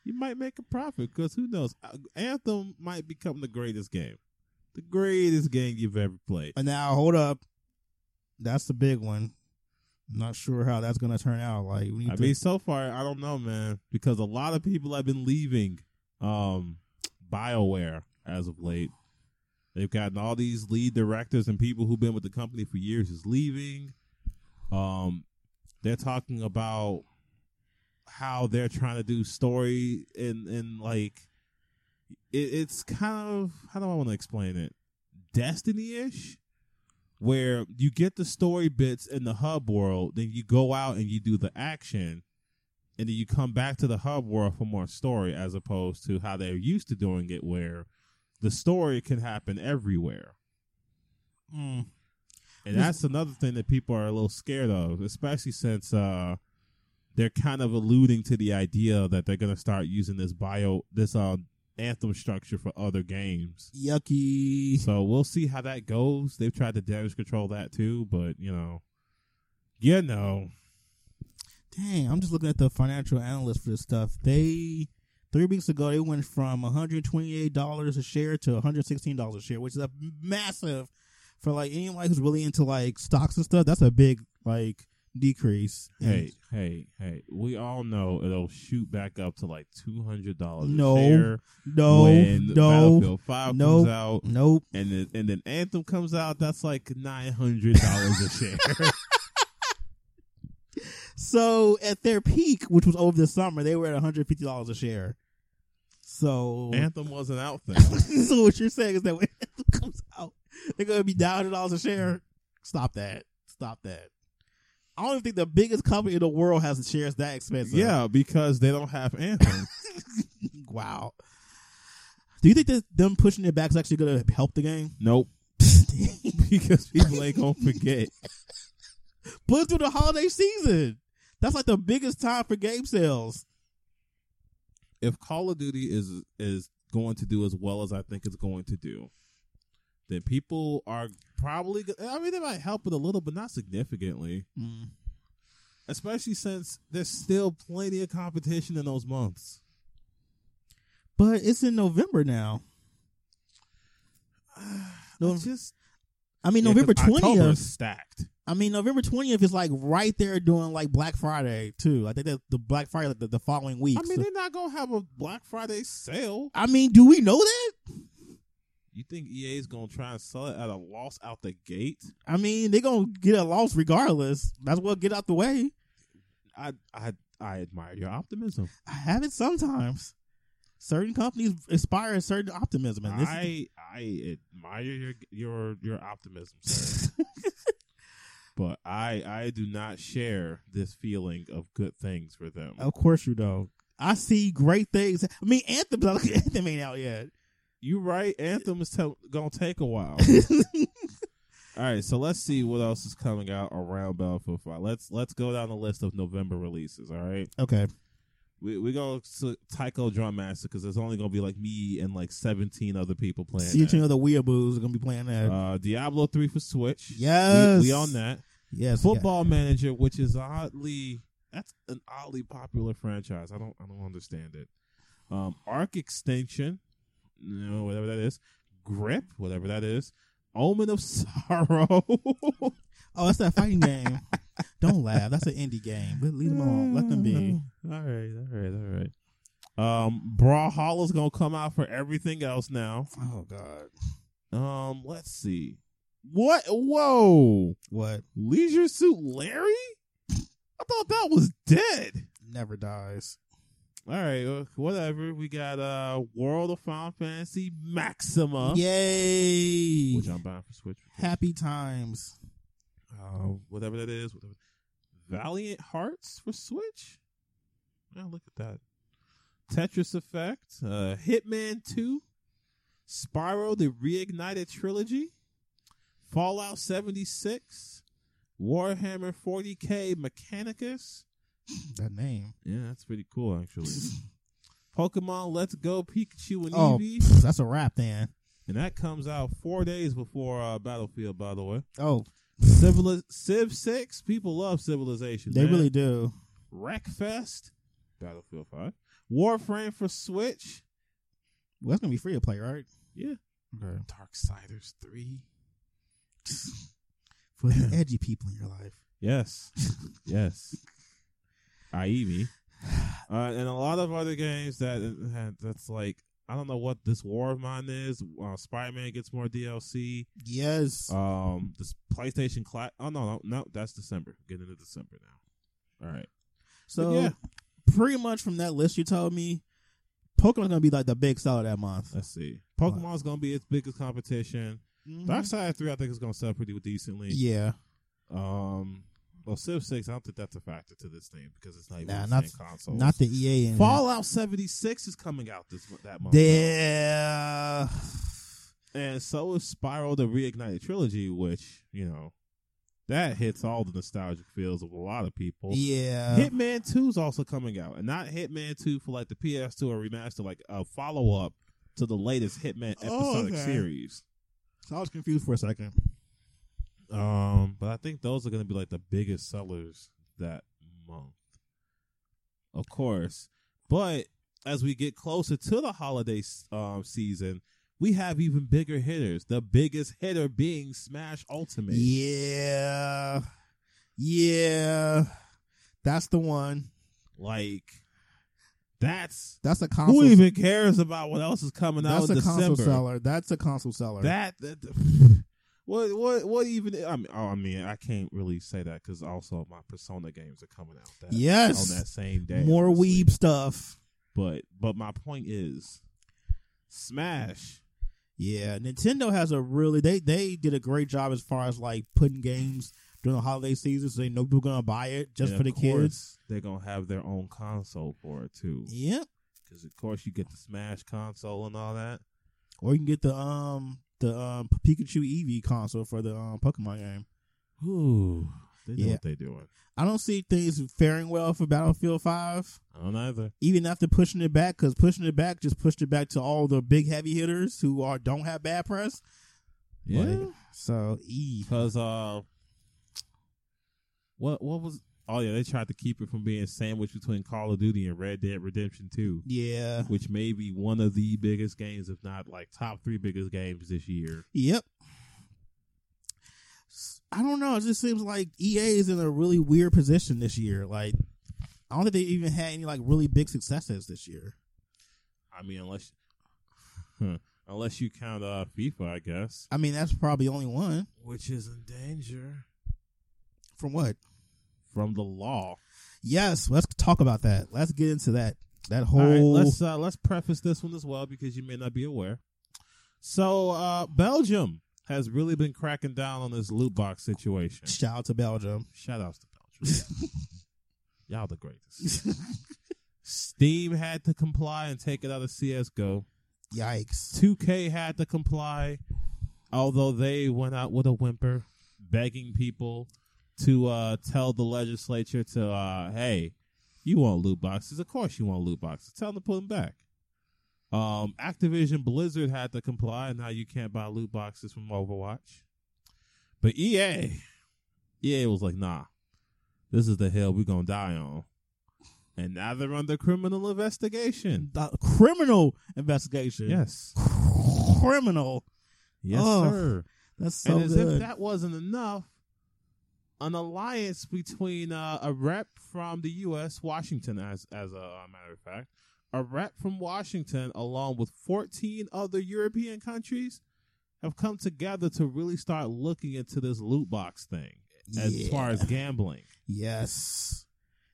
[SPEAKER 3] you might make a profit. Because who knows? Uh, Anthem might become the greatest game, the greatest game you've ever played.
[SPEAKER 2] And now hold up, that's the big one. Not sure how that's gonna turn out. Like we need
[SPEAKER 3] I
[SPEAKER 2] to-
[SPEAKER 3] mean, so far I don't know, man, because a lot of people have been leaving um BioWare as of late. They've gotten all these lead directors and people who've been with the company for years is leaving. Um they're talking about how they're trying to do story and and like it, it's kind of how do I want to explain it? Destiny ish where you get the story bits in the hub world, then you go out and you do the action, and then you come back to the hub world for more story, as opposed to how they're used to doing it, where the story can happen everywhere. hmm.
[SPEAKER 2] Mm.
[SPEAKER 3] And that's another thing that people are a little scared of, especially since uh, they're kind of alluding to the idea that they're going to start using this bio, this uh, anthem structure for other games.
[SPEAKER 2] yucky.
[SPEAKER 3] So we'll see how that goes. They've tried to damage control that too, but you know, you know,
[SPEAKER 2] Dang, I'm just looking at the financial analyst for this stuff. They three weeks ago they went from 128 dollars a share to 116 dollars a share, which is a massive for like anyone who's really into like stocks and stuff. That's a big like decrease.
[SPEAKER 3] hey, hey, hey, we all know it'll shoot back up to like two hundred dollars
[SPEAKER 2] No,
[SPEAKER 3] a share
[SPEAKER 2] no,
[SPEAKER 3] when
[SPEAKER 2] no,
[SPEAKER 3] Battlefield Five
[SPEAKER 2] no.
[SPEAKER 3] comes out,
[SPEAKER 2] nope.
[SPEAKER 3] and then and then Anthem comes out. That's like nine hundred dollars a share. (laughs)
[SPEAKER 2] So at their peak, which was over the summer, they were at 150 dollars a share. So
[SPEAKER 3] Anthem wasn't out then.
[SPEAKER 2] (laughs) so what you're saying is that when Anthem (laughs) comes out, they're gonna be down hundred dollars a share. Stop that. Stop that. I don't even think the biggest company in the world has shares that expensive.
[SPEAKER 3] Yeah, because they don't have Anthem.
[SPEAKER 2] Wow. Do you think that them pushing it back is actually going to help the game? (laughs)
[SPEAKER 3] nope. (laughs) because people ain't gonna forget.
[SPEAKER 2] Put it through the holiday season. That's like the biggest time for game sales.
[SPEAKER 3] If Call of Duty is is going to do as well as I think it's going to do, then people are probably. go- I mean, they might help it a little, but not significantly.
[SPEAKER 2] Mm.
[SPEAKER 3] Especially since there's still plenty of competition in those months.
[SPEAKER 2] But it's in November now. No-
[SPEAKER 3] I just
[SPEAKER 2] I mean,
[SPEAKER 3] Yeah, 'cause
[SPEAKER 2] November
[SPEAKER 3] October is
[SPEAKER 2] 20th.
[SPEAKER 3] stacked.
[SPEAKER 2] I mean, November 20th is like right there doing like Black Friday too. I think that the Black Friday, like the, the following week.
[SPEAKER 3] I mean,
[SPEAKER 2] So-
[SPEAKER 3] they're not gonna have a Black Friday sale.
[SPEAKER 2] I mean, do we know that?
[SPEAKER 3] You think EA is gonna try and sell it at a loss out the gate?
[SPEAKER 2] I mean, they're going to get a loss regardless. That's well get out the way.
[SPEAKER 3] I I I admire your optimism.
[SPEAKER 2] I have it sometimes. Certain companies inspire a certain optimism. And this is
[SPEAKER 3] I I admire your your your optimism, sir. but I I do not share this feeling of good things for them.
[SPEAKER 2] (laughs) Of course you don't. I see great things. I mean, Anthem, (laughs) I look at Anthem ain't out yet. (laughs)
[SPEAKER 3] You right? Anthem is te- gonna take a while. All right, so let's see what else is coming out around Battlefield Five. Let's let's go down the list of November releases. All right.
[SPEAKER 2] okay.
[SPEAKER 3] We we go to Taiko Drum Master because there's only gonna be like me and like 17 other people playing.
[SPEAKER 2] See
[SPEAKER 3] that.
[SPEAKER 2] you the Weeaboos are going to be playing that.
[SPEAKER 3] Uh, Diablo 3 for Switch.
[SPEAKER 2] Yes.
[SPEAKER 3] we, we on that.
[SPEAKER 2] yes.
[SPEAKER 3] Football Manager, which is oddly that's an oddly popular franchise. I don't I don't understand it. Um, Arc Extension, you know, whatever that is. Grip, whatever that is. Omen of (laughs) Sorrow.
[SPEAKER 2] yeah. Oh, that's that fighting game.
[SPEAKER 3] (laughs)
[SPEAKER 2] don't laugh. That's an indie game. But leave them alone. Let them be.
[SPEAKER 3] (laughs) All right, all right, all right. Um, Brawlhalla's gonna come out for everything else now.
[SPEAKER 2] Oh, God.
[SPEAKER 3] Um, let's see. What? Whoa!
[SPEAKER 2] What?
[SPEAKER 3] Leisure Suit Larry? I thought that was dead.
[SPEAKER 2] Never dies.
[SPEAKER 3] All right, uh, whatever. We got uh World of Final Fantasy Maxima,
[SPEAKER 2] Yay.
[SPEAKER 3] which I'm buying for Switch.
[SPEAKER 2] Happy times.
[SPEAKER 3] Uh, whatever that is, whatever. Valiant Hearts for Switch. Yeah, look at that. Tetris Effect, uh, Hitman Two, Spyro: The Reignited Trilogy, Fallout 76, Warhammer 40k Mechanicus.
[SPEAKER 2] That name.
[SPEAKER 3] Yeah, that's pretty cool actually. Pokemon Let's Go Pikachu and
[SPEAKER 2] Oh,
[SPEAKER 3] Eevee.
[SPEAKER 2] pff, that's a wrap then.
[SPEAKER 3] And that comes out four days before uh, Battlefield, by
[SPEAKER 2] (laughs)
[SPEAKER 3] the way.
[SPEAKER 2] Oh,
[SPEAKER 3] Civili- Civ 6, people love Civilization.
[SPEAKER 2] they
[SPEAKER 3] man.
[SPEAKER 2] really do.
[SPEAKER 3] Wreckfest, Battlefield 5. Warframe for Switch.
[SPEAKER 2] Well, that's going to be free to play, right?
[SPEAKER 3] Yeah.
[SPEAKER 2] Okay.
[SPEAKER 3] Darksiders 3.
[SPEAKER 2] For
[SPEAKER 3] (laughs)
[SPEAKER 2] the edgy people in your life.
[SPEAKER 3] Yes. (laughs) yes.
[SPEAKER 2] (sighs)
[SPEAKER 3] Aimi. Uh, and a lot of other games that that's like, I don't know what this War of Mine is. Uh, Spider Man gets more DLC.
[SPEAKER 2] Yes.
[SPEAKER 3] Um, this PlayStation Cla Oh no, no, no, that's December. Getting into December now. All right.
[SPEAKER 2] So
[SPEAKER 3] yeah.
[SPEAKER 2] pretty much from that list you told me, Pokemon's gonna be like the big seller that month.
[SPEAKER 3] Let's see. Pokemon's gonna be its biggest competition. Dark Side Three, I think, is gonna sell pretty decently.
[SPEAKER 2] Mm-hmm. Yeah.
[SPEAKER 3] Um. Well, Civ Six, I don't think that's a factor to this thing because it's not even
[SPEAKER 2] Nah,
[SPEAKER 3] the
[SPEAKER 2] not-
[SPEAKER 3] same console.
[SPEAKER 2] Not the EA and
[SPEAKER 3] Fallout seventy six is coming out this mo- that month,
[SPEAKER 2] Yeah.
[SPEAKER 3] though. and so is Spiral: The Reignited Trilogy, which you know that hits all the nostalgic feels of a lot of people.
[SPEAKER 2] Yeah.
[SPEAKER 3] Hitman 2 is also coming out, and not Hitman 2 for like the PS2 or remaster, like a follow up to the latest Hitman
[SPEAKER 2] Oh,
[SPEAKER 3] episodic
[SPEAKER 2] okay.
[SPEAKER 3] series.
[SPEAKER 2] So I was confused for a second.
[SPEAKER 3] Um, but I think those are going to be like the biggest sellers that month, of course. But as we get closer to the holiday s- um, season, we have even bigger hitters. The biggest hitter being Smash Ultimate.
[SPEAKER 2] Yeah. Yeah. That's the one.
[SPEAKER 3] Like, that's
[SPEAKER 2] That's a console.
[SPEAKER 3] who even cares about what else is coming out
[SPEAKER 2] that's a
[SPEAKER 3] in
[SPEAKER 2] console
[SPEAKER 3] December?
[SPEAKER 2] seller. That's a console seller.
[SPEAKER 3] That, that the- what what what even? I mean, oh, I mean, I can't really say that because also my Persona games are coming out. That,
[SPEAKER 2] Yes.
[SPEAKER 3] on that same day.
[SPEAKER 2] More
[SPEAKER 3] obviously.
[SPEAKER 2] weeb stuff.
[SPEAKER 3] but but my point is, Smash.
[SPEAKER 2] Yeah, Nintendo has a really they they did a great job as far as like putting games during the holiday season, so they know people gonna buy it just
[SPEAKER 3] And
[SPEAKER 2] for the
[SPEAKER 3] of course,
[SPEAKER 2] kids.
[SPEAKER 3] They're gonna have their own console for it too,
[SPEAKER 2] Yep.
[SPEAKER 3] because of course you get the Smash console and all that.
[SPEAKER 2] Or you can get the um the um Pikachu EV console for the um Pokemon game.
[SPEAKER 3] Ooh, they know
[SPEAKER 2] Yeah.
[SPEAKER 3] what they're doing.
[SPEAKER 2] I don't see things faring well for Battlefield Five,
[SPEAKER 3] I don't either.
[SPEAKER 2] even after pushing it back, because pushing it back just pushed it back to all the big heavy hitters who are don't have bad press.
[SPEAKER 3] Yeah,
[SPEAKER 2] Like, so E.
[SPEAKER 3] because uh, what what was? Oh yeah, they tried to keep it from being sandwiched between Call of Duty and Red Dead Redemption Two,
[SPEAKER 2] Yeah.
[SPEAKER 3] which may be one of the biggest games, if not like top three biggest games this year.
[SPEAKER 2] Yep. S- I don't know. It just seems like EA is in a really weird position this year. Like, I don't think they even had any like really big successes this year.
[SPEAKER 3] I mean, unless unless you count uh FIFA, I guess,
[SPEAKER 2] I mean, that's probably the only one.
[SPEAKER 3] which is in danger
[SPEAKER 2] From what?
[SPEAKER 3] from the law.
[SPEAKER 2] Yes, let's talk about that. Let's get into that. That whole.
[SPEAKER 3] All right, let's uh, let's preface this one as well because you may not be aware. So uh, Belgium has really been cracking down on this loot box
[SPEAKER 2] (laughs)
[SPEAKER 3] situation.
[SPEAKER 2] shout out to Belgium.
[SPEAKER 3] Shout outs to Belgium. (laughs) Y'all the greatest. Steam had to comply and take it out of CS:GO.
[SPEAKER 2] Yikes.
[SPEAKER 3] 2K had to comply, although they went out with a whimper, begging people to uh, tell the legislature to, uh, hey, you want loot boxes? Of course you want loot boxes. Tell them to put them back. Um, Activision Blizzard had to comply, and now you can't buy loot boxes from Overwatch. But E EA, EA was like, nah, this is the hill we're going to die on. And now they're under criminal investigation.
[SPEAKER 2] The criminal investigation.
[SPEAKER 3] Yes.
[SPEAKER 2] Criminal.
[SPEAKER 3] Yes,
[SPEAKER 2] Oh.
[SPEAKER 3] sir.
[SPEAKER 2] That's so
[SPEAKER 3] and as if
[SPEAKER 2] good.
[SPEAKER 3] that wasn't enough, an alliance between uh, a rep from the U.S., Washington, as as a uh, matter of fact, a rep from Washington, along with 14 other European countries, have come together to really start looking into this loot box thing as
[SPEAKER 2] Yeah.
[SPEAKER 3] far as gambling.
[SPEAKER 2] yes.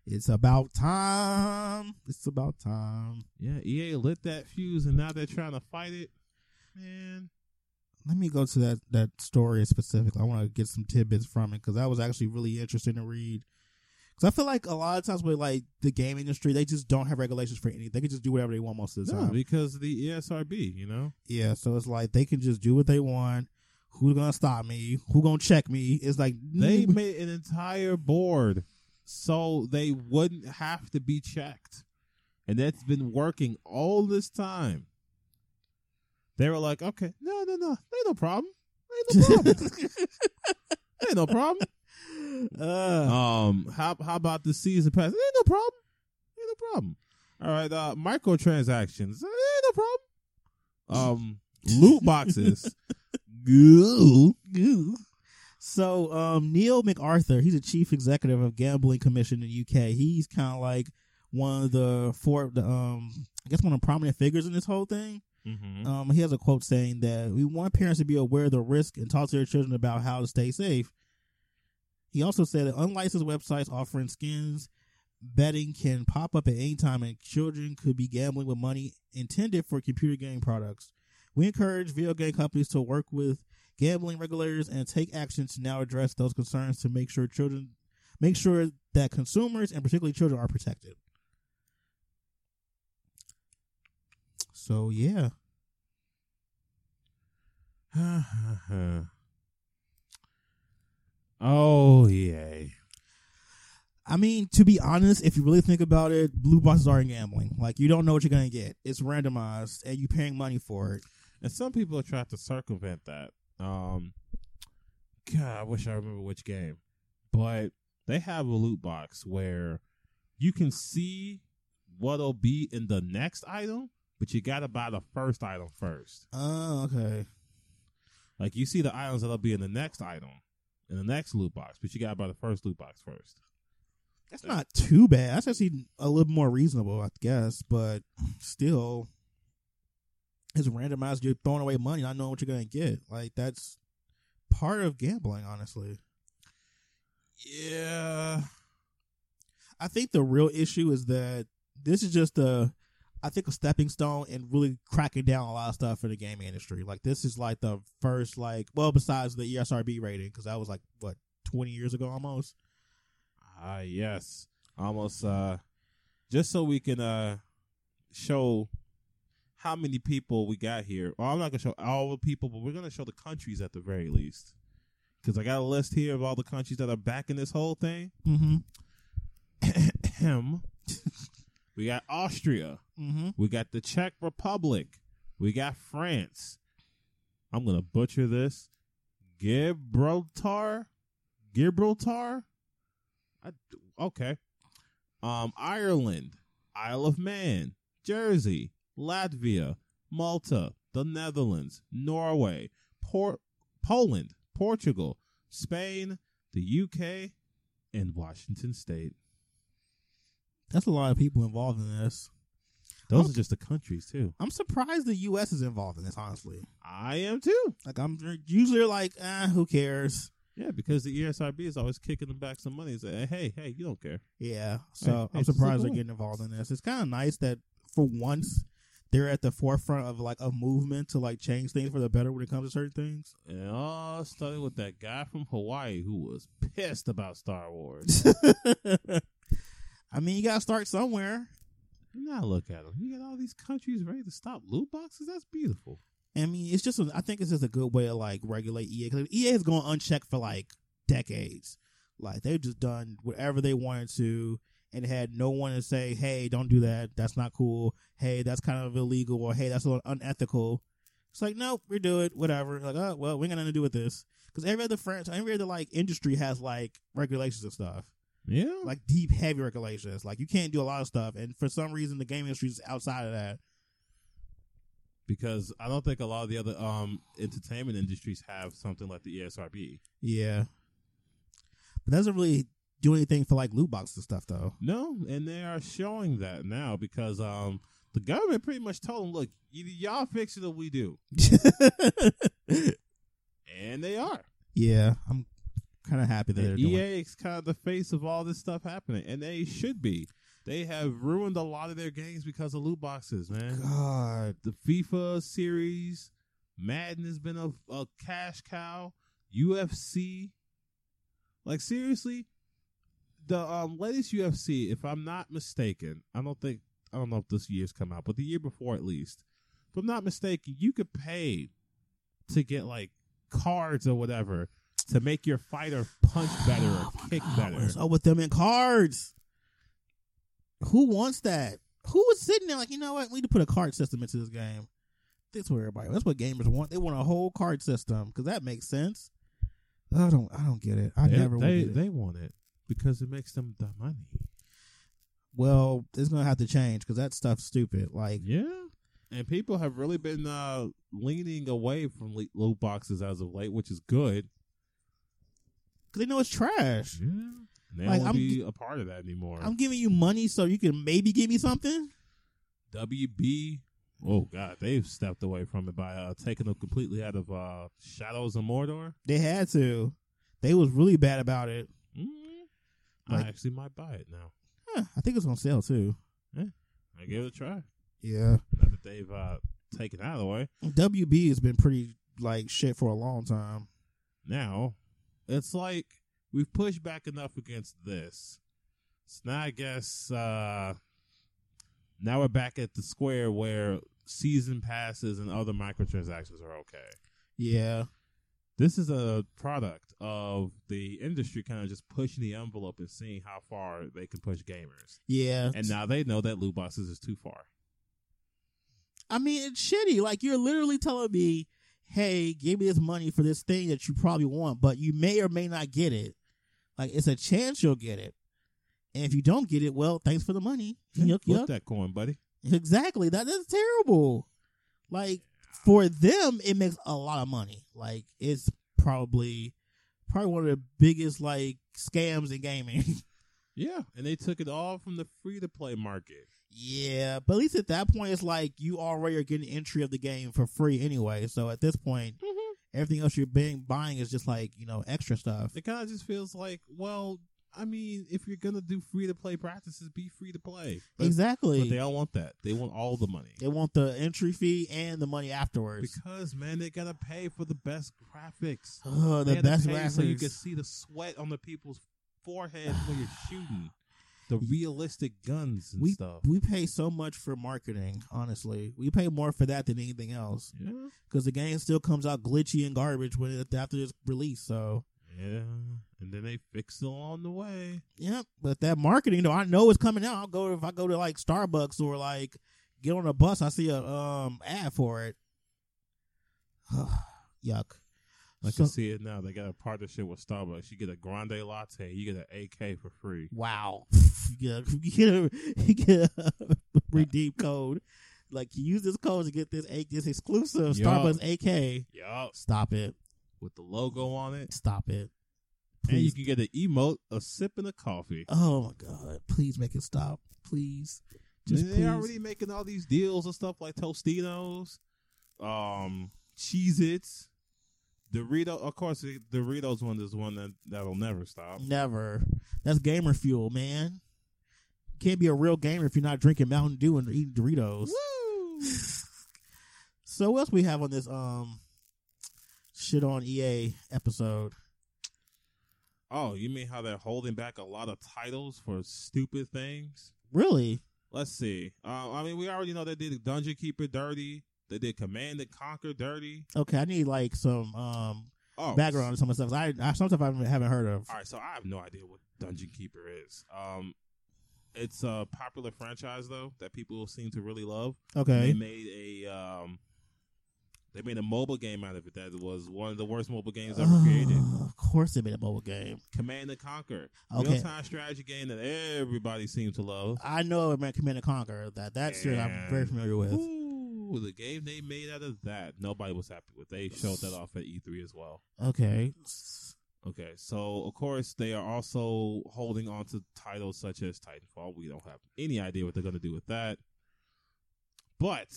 [SPEAKER 2] It's about time. It's about time.
[SPEAKER 3] Yeah, EA lit that fuse, and now they're trying to fight it. Man,
[SPEAKER 2] let me go to that that story specifically. I want to get some tidbits from it because that was actually really interesting to read. Because I feel like a lot of times with like the game industry, they just don't have regulations for anything. They can just do whatever they want most of the
[SPEAKER 3] no,
[SPEAKER 2] time.
[SPEAKER 3] because of the E ESRB, you know.
[SPEAKER 2] yeah, so it's like they can just do what they want. Who's gonna stop me? Who gonna check me? It's like (laughs)
[SPEAKER 3] They
[SPEAKER 2] mm,
[SPEAKER 3] made an entire board so they wouldn't have to be checked. And that's been working all this time. They were like, okay, no, no, no. Ain't no problem. Ain't no problem. Ain't no problem.
[SPEAKER 2] uh,
[SPEAKER 3] Um, how how about the season pass? Ain't no problem. Ain't no problem. All right, uh microtransactions. Ain't no problem. Um loot boxes.
[SPEAKER 2] goo, goo. So um, Neil MacArthur, he's a chief executive of Gambling Commission in UK. He's kind of like one of the four, the, um, I guess one of the prominent figures in this whole thing.
[SPEAKER 3] Mhm.
[SPEAKER 2] Um, he has a quote saying that we want parents to be aware of the risk and talk to their children about how to stay safe. He also said that unlicensed websites offering skins betting can pop up at any time, and children could be gambling with money intended for computer game products. We encourage video game companies to work with gambling regulators and take action to now address those concerns to make sure children make sure that consumers and particularly children are protected. So yeah.
[SPEAKER 3] (laughs) oh yeah.
[SPEAKER 2] I mean, to be honest, if you really think about it, blue boxes are in gambling. Like you don't know what you're gonna get. It's randomized, and you're paying money for it.
[SPEAKER 3] And some people have tried to circumvent that. Um, God, I wish I remember which game, but they have a loot box where you can see what'll be in the next item, but you gotta buy the first item first.
[SPEAKER 2] Oh, okay.
[SPEAKER 3] Like you see the items that'll be in the next item, in the next loot box, but you gotta buy the first loot box first.
[SPEAKER 2] That's not too bad. That's actually a little more reasonable, I guess. But still, it's randomized. You're throwing away money, not knowing what you're gonna get. Like that's part of gambling, honestly.
[SPEAKER 3] Yeah.
[SPEAKER 2] I think the real issue is that this is just a, I think a stepping stone and really cracking down on a lot of stuff for the E gaming industry. Like this is like the first like well besides the ESRB rating because that was like what twenty years ago almost.
[SPEAKER 3] Ah, yes. Almost uh just so we can uh show how many people we got here. Well, I'm not gonna show all the people, but we're gonna show the countries at the very least. Cause I got a list here of all the countries that are backing this whole thing.
[SPEAKER 2] Mm-hmm.
[SPEAKER 3] (laughs) we got Austria.
[SPEAKER 2] Mm-hmm.
[SPEAKER 3] We got the Czech Republic. We got France. I'm gonna butcher this. Gibraltar. Gibraltar. I, okay. Um, Ireland, Isle of Man, Jersey, Latvia, Malta, the Netherlands, Norway, Por- Poland, Portugal, Spain, the UK, and Washington State.
[SPEAKER 2] That's a lot of people involved in this.
[SPEAKER 3] Those are just the countries too.
[SPEAKER 2] I'm surprised the U.S. is involved in this. Honestly,
[SPEAKER 3] I am too.
[SPEAKER 2] like I'm usually like, eh, who cares?
[SPEAKER 3] Yeah, because the E ESRB is always kicking them back some money. It's like, hey, hey, you don't care.
[SPEAKER 2] Yeah, so
[SPEAKER 3] Hey,
[SPEAKER 2] I'm
[SPEAKER 3] it's just
[SPEAKER 2] surprised
[SPEAKER 3] like,
[SPEAKER 2] they're
[SPEAKER 3] oh.
[SPEAKER 2] getting involved in this. It's kind of nice that for once they're at the forefront of like a movement to like change things for the better when it comes to certain things.
[SPEAKER 3] And it all started with that guy from Hawaii who was pissed about Star Wars.
[SPEAKER 2] (laughs) I mean, you gotta start somewhere.
[SPEAKER 3] now look at him. You got all these countries ready to stop loot boxes. That's beautiful.
[SPEAKER 2] I mean, it's just a, I think it's just a good way to like regulate E EA because EA has gone unchecked for like decades. Like they've just done whatever they wanted to and had no one to say, "Hey, don't do that. That's not cool. Hey, that's kind of illegal," or "Hey, that's a little unethical." It's like, nope, we do it, whatever. Like, oh well, we ain't got nothing to do with this because every other franchise, every other like industry has like regulations and stuff,
[SPEAKER 3] Yeah.
[SPEAKER 2] like deep, heavy regulations. Like you can't do a lot of stuff, and for some reason, the game industry is outside of that.
[SPEAKER 3] because I don't think a lot of the other um entertainment industries have something like the E ESRB.
[SPEAKER 2] Yeah. But that doesn't really do anything for like loot boxes and stuff
[SPEAKER 3] (laughs)
[SPEAKER 2] though.
[SPEAKER 3] No, and they are showing that now because um the government pretty much told them, look, either y'all fix it or we do, and they are.
[SPEAKER 2] yeah, I'm kinda happy that
[SPEAKER 3] And
[SPEAKER 2] they're doing
[SPEAKER 3] EA is kind of the face of all this stuff happening, and they should be. They have ruined a lot of their games because of loot boxes, man.
[SPEAKER 2] God.
[SPEAKER 3] The FIFA series, Madden has been a, a cash cow. UFC, like seriously, the um, latest UFC, if I'm not mistaken, I don't think I don't know if this year's come out, but the year before at least, if I'm not mistaken, you could pay to get like cards or whatever to make your fighter punch better
[SPEAKER 2] Oh,
[SPEAKER 3] or kick better.
[SPEAKER 2] What's up with them in cards? Who wants that? Who was sitting there like, you know what, we need to put a card system into this game. That's what everybody that's what gamers want. They want a whole card system, because that makes sense. I don't I don't get it. I
[SPEAKER 3] they,
[SPEAKER 2] never would
[SPEAKER 3] they,
[SPEAKER 2] get it.
[SPEAKER 3] they want it because it makes them the money.
[SPEAKER 2] well, it's gonna have to change because that stuff's stupid. Like
[SPEAKER 3] Yeah. And people have really been uh, leaning away from le- loot boxes as of late, which is good.
[SPEAKER 2] because they know it's trash.
[SPEAKER 3] Yeah. And they
[SPEAKER 2] Like,
[SPEAKER 3] don't
[SPEAKER 2] I'm
[SPEAKER 3] want to be a part of that anymore.
[SPEAKER 2] I'm giving you money so you can maybe give me something.
[SPEAKER 3] WB, oh god, they've stepped away from it by uh, taking them completely out of uh, Shadows of Mordor.
[SPEAKER 2] They had to. They was really bad about it.
[SPEAKER 3] mm
[SPEAKER 2] Like-
[SPEAKER 3] I actually might buy it now.
[SPEAKER 2] Huh, I think it's on sale too.
[SPEAKER 3] I give it a try.
[SPEAKER 2] Yeah.
[SPEAKER 3] Now that they've uh, taken it out of the way,
[SPEAKER 2] WB has been pretty like shit for a long time.
[SPEAKER 3] now it's like we've pushed back enough against this. So now I guess uh now we're back at the square where season passes and other microtransactions are okay.
[SPEAKER 2] Yeah.
[SPEAKER 3] This is a product of the industry kind of just pushing the envelope and seeing how far they can push gamers.
[SPEAKER 2] Yeah.
[SPEAKER 3] And now they know that loot boxes is too far.
[SPEAKER 2] I mean, it's shitty. Like you're literally telling me, "Hey, give me this money for this thing that you probably want, but you may or may not get it. Like it's a chance you'll get it, and if you don't get it, well, thanks for the money. Yuck,
[SPEAKER 3] Flip
[SPEAKER 2] yuck.
[SPEAKER 3] that coin, buddy.
[SPEAKER 2] Exactly. That is terrible. Like for them, it makes a lot of money. Like it's probably probably one of the biggest like scams in gaming. (laughs)
[SPEAKER 3] Yeah, and they took it all from the free to play market.
[SPEAKER 2] yeah, but at least at that point, it's like you already are getting entry of the game for free anyway. So at this point,
[SPEAKER 3] Mm-hmm.
[SPEAKER 2] everything else you're being buying is just like you know extra stuff.
[SPEAKER 3] it kind of just feels like, well, I mean, if you're gonna do free to play practices, be free to play. But, but
[SPEAKER 2] exactly.
[SPEAKER 3] they
[SPEAKER 2] They,
[SPEAKER 3] don't want that. They want all the money
[SPEAKER 2] want the entry fee and the money afterwards.
[SPEAKER 3] because man, they gotta pay for the best graphics.
[SPEAKER 2] Oh,
[SPEAKER 3] They
[SPEAKER 2] the
[SPEAKER 3] had to
[SPEAKER 2] best
[SPEAKER 3] pay
[SPEAKER 2] graphics.
[SPEAKER 3] So you could see the sweat on the people's foreheads
[SPEAKER 2] (sighs)
[SPEAKER 3] when you're shooting. The realistic guns and
[SPEAKER 2] we
[SPEAKER 3] stuff.
[SPEAKER 2] we pay so much for marketing. Honestly, we pay more for that than anything else
[SPEAKER 3] yeah.
[SPEAKER 2] because the game still comes out glitchy and garbage when it, after its release. So
[SPEAKER 3] Yeah. And then they fix it along the way.
[SPEAKER 2] yeah, but that marketing though, I know it's coming out. I'll go if I go to like Starbucks or like get on a bus, I see a um ad for it. (sighs) Yuck.
[SPEAKER 3] I
[SPEAKER 2] So-
[SPEAKER 3] can see it now. They got a partnership with Starbucks. You get a grande latte, you get an AK for free.
[SPEAKER 2] Wow. (laughs) You get a, you get a, you get a (laughs) redeem code. Like you use this code to get this A- this exclusive
[SPEAKER 3] Yeah.
[SPEAKER 2] Starbucks AK.
[SPEAKER 3] Yup.
[SPEAKER 2] Stop it.
[SPEAKER 3] With the logo on it.
[SPEAKER 2] Stop it.
[SPEAKER 3] And you
[SPEAKER 2] Please.
[SPEAKER 3] can get an emote of sipping a coffee.
[SPEAKER 2] oh my god. Please make it stop. Please. Just
[SPEAKER 3] Just they
[SPEAKER 2] please.
[SPEAKER 3] already making all these deals and stuff like Tostinos, um, Cheez Its, Dorito. Of course, the Doritos one is one that, that'll never stop.
[SPEAKER 2] Never. That's gamer fuel, man. Can't be a real gamer if you're not drinking Mountain Dew and eating Doritos.
[SPEAKER 3] Woo!
[SPEAKER 2] So what else we have on this um shit on EA episode?
[SPEAKER 3] (laughs) Oh, you mean how they're holding back a lot of titles for stupid things?
[SPEAKER 2] Really?
[SPEAKER 3] Let's see. Uh, I mean, we already know they did Dungeon Keeper dirty. They did Command and Conquer dirty.
[SPEAKER 2] Okay, I need like some um
[SPEAKER 3] Oh,
[SPEAKER 2] background on some of the stuff. I, I some stuff I haven't- haven't heard of.
[SPEAKER 3] All right, so I have no idea what Dungeon Keeper is. Um, it's a popular franchise though that people seem to really love. They
[SPEAKER 2] Okay,
[SPEAKER 3] made a um, they made a mobile game out of it that was one of the worst mobile games
[SPEAKER 2] Ah.
[SPEAKER 3] ever created.
[SPEAKER 2] Ugh, (sighs) of course they made a mobile game.
[SPEAKER 3] Command and Conquer,
[SPEAKER 2] Okay,
[SPEAKER 3] real time strategy game that everybody seems to love.
[SPEAKER 2] I know about Command and Conquer. That that series I'm
[SPEAKER 3] And-
[SPEAKER 2] very familiar with.
[SPEAKER 3] Ooh, the game they made out of that nobody was happy with. They showed that off at E3 as well.
[SPEAKER 2] Okay,
[SPEAKER 3] Okay, so of course they are also holding on to titles such as Titanfall. We don't have any idea what they're going to do with that. But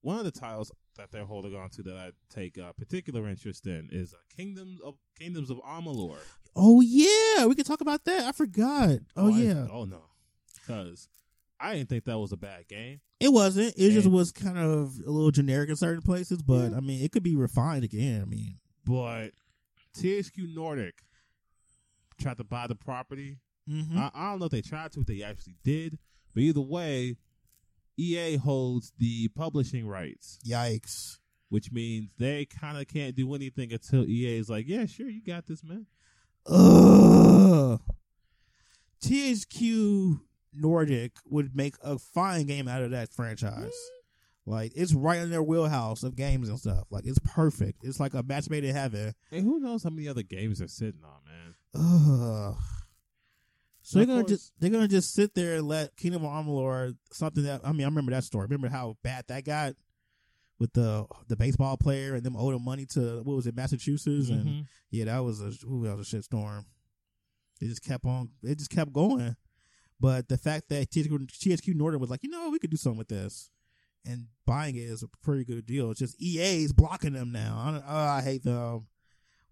[SPEAKER 3] one of the titles that they're holding on to that I take uh, particular interest in is uh, Kingdoms of Kingdoms of Amalur.
[SPEAKER 2] oh yeah, we could talk about that. I forgot. Oh,
[SPEAKER 3] I-
[SPEAKER 2] yeah,
[SPEAKER 3] oh no, because I didn't think that was a bad game.
[SPEAKER 2] it wasn't. It just
[SPEAKER 3] And-
[SPEAKER 2] was kind of a little generic in certain places, but I mean, it could be refined again. I mean,
[SPEAKER 3] But THQ Nordic tried to buy the property.
[SPEAKER 2] mhm.
[SPEAKER 3] I, I don't know if they tried to, if they actually did, but either way, EA holds the publishing rights,
[SPEAKER 2] yikes.
[SPEAKER 3] which means they kind of can't do anything until EA is like, "Yeah, sure, you got this, man."
[SPEAKER 2] Ugh. THQ Nordic would make a fine game out of that franchise. Like it's right in their wheelhouse of games and stuff. Like it's perfect. It's like a match made in heaven.
[SPEAKER 3] And who knows how many other games they're sitting on, man?
[SPEAKER 2] Ugh. So they're
[SPEAKER 3] Of
[SPEAKER 2] gonna
[SPEAKER 3] course.
[SPEAKER 2] just they're gonna just sit there and let Kingdom of Amalur something that I mean I remember that story. Remember how bad that got with the the baseball player and them owed him money to what was it Massachusetts and
[SPEAKER 3] Mhm.
[SPEAKER 2] yeah, that was a ooh, that was a shit storm. It just kept on. It just kept going. But the fact that THQ, THQ Norton was like, you know, we could do something with this, and buying it is a pretty good deal. It's just EA is blocking them now. I, don't- oh, I hate them.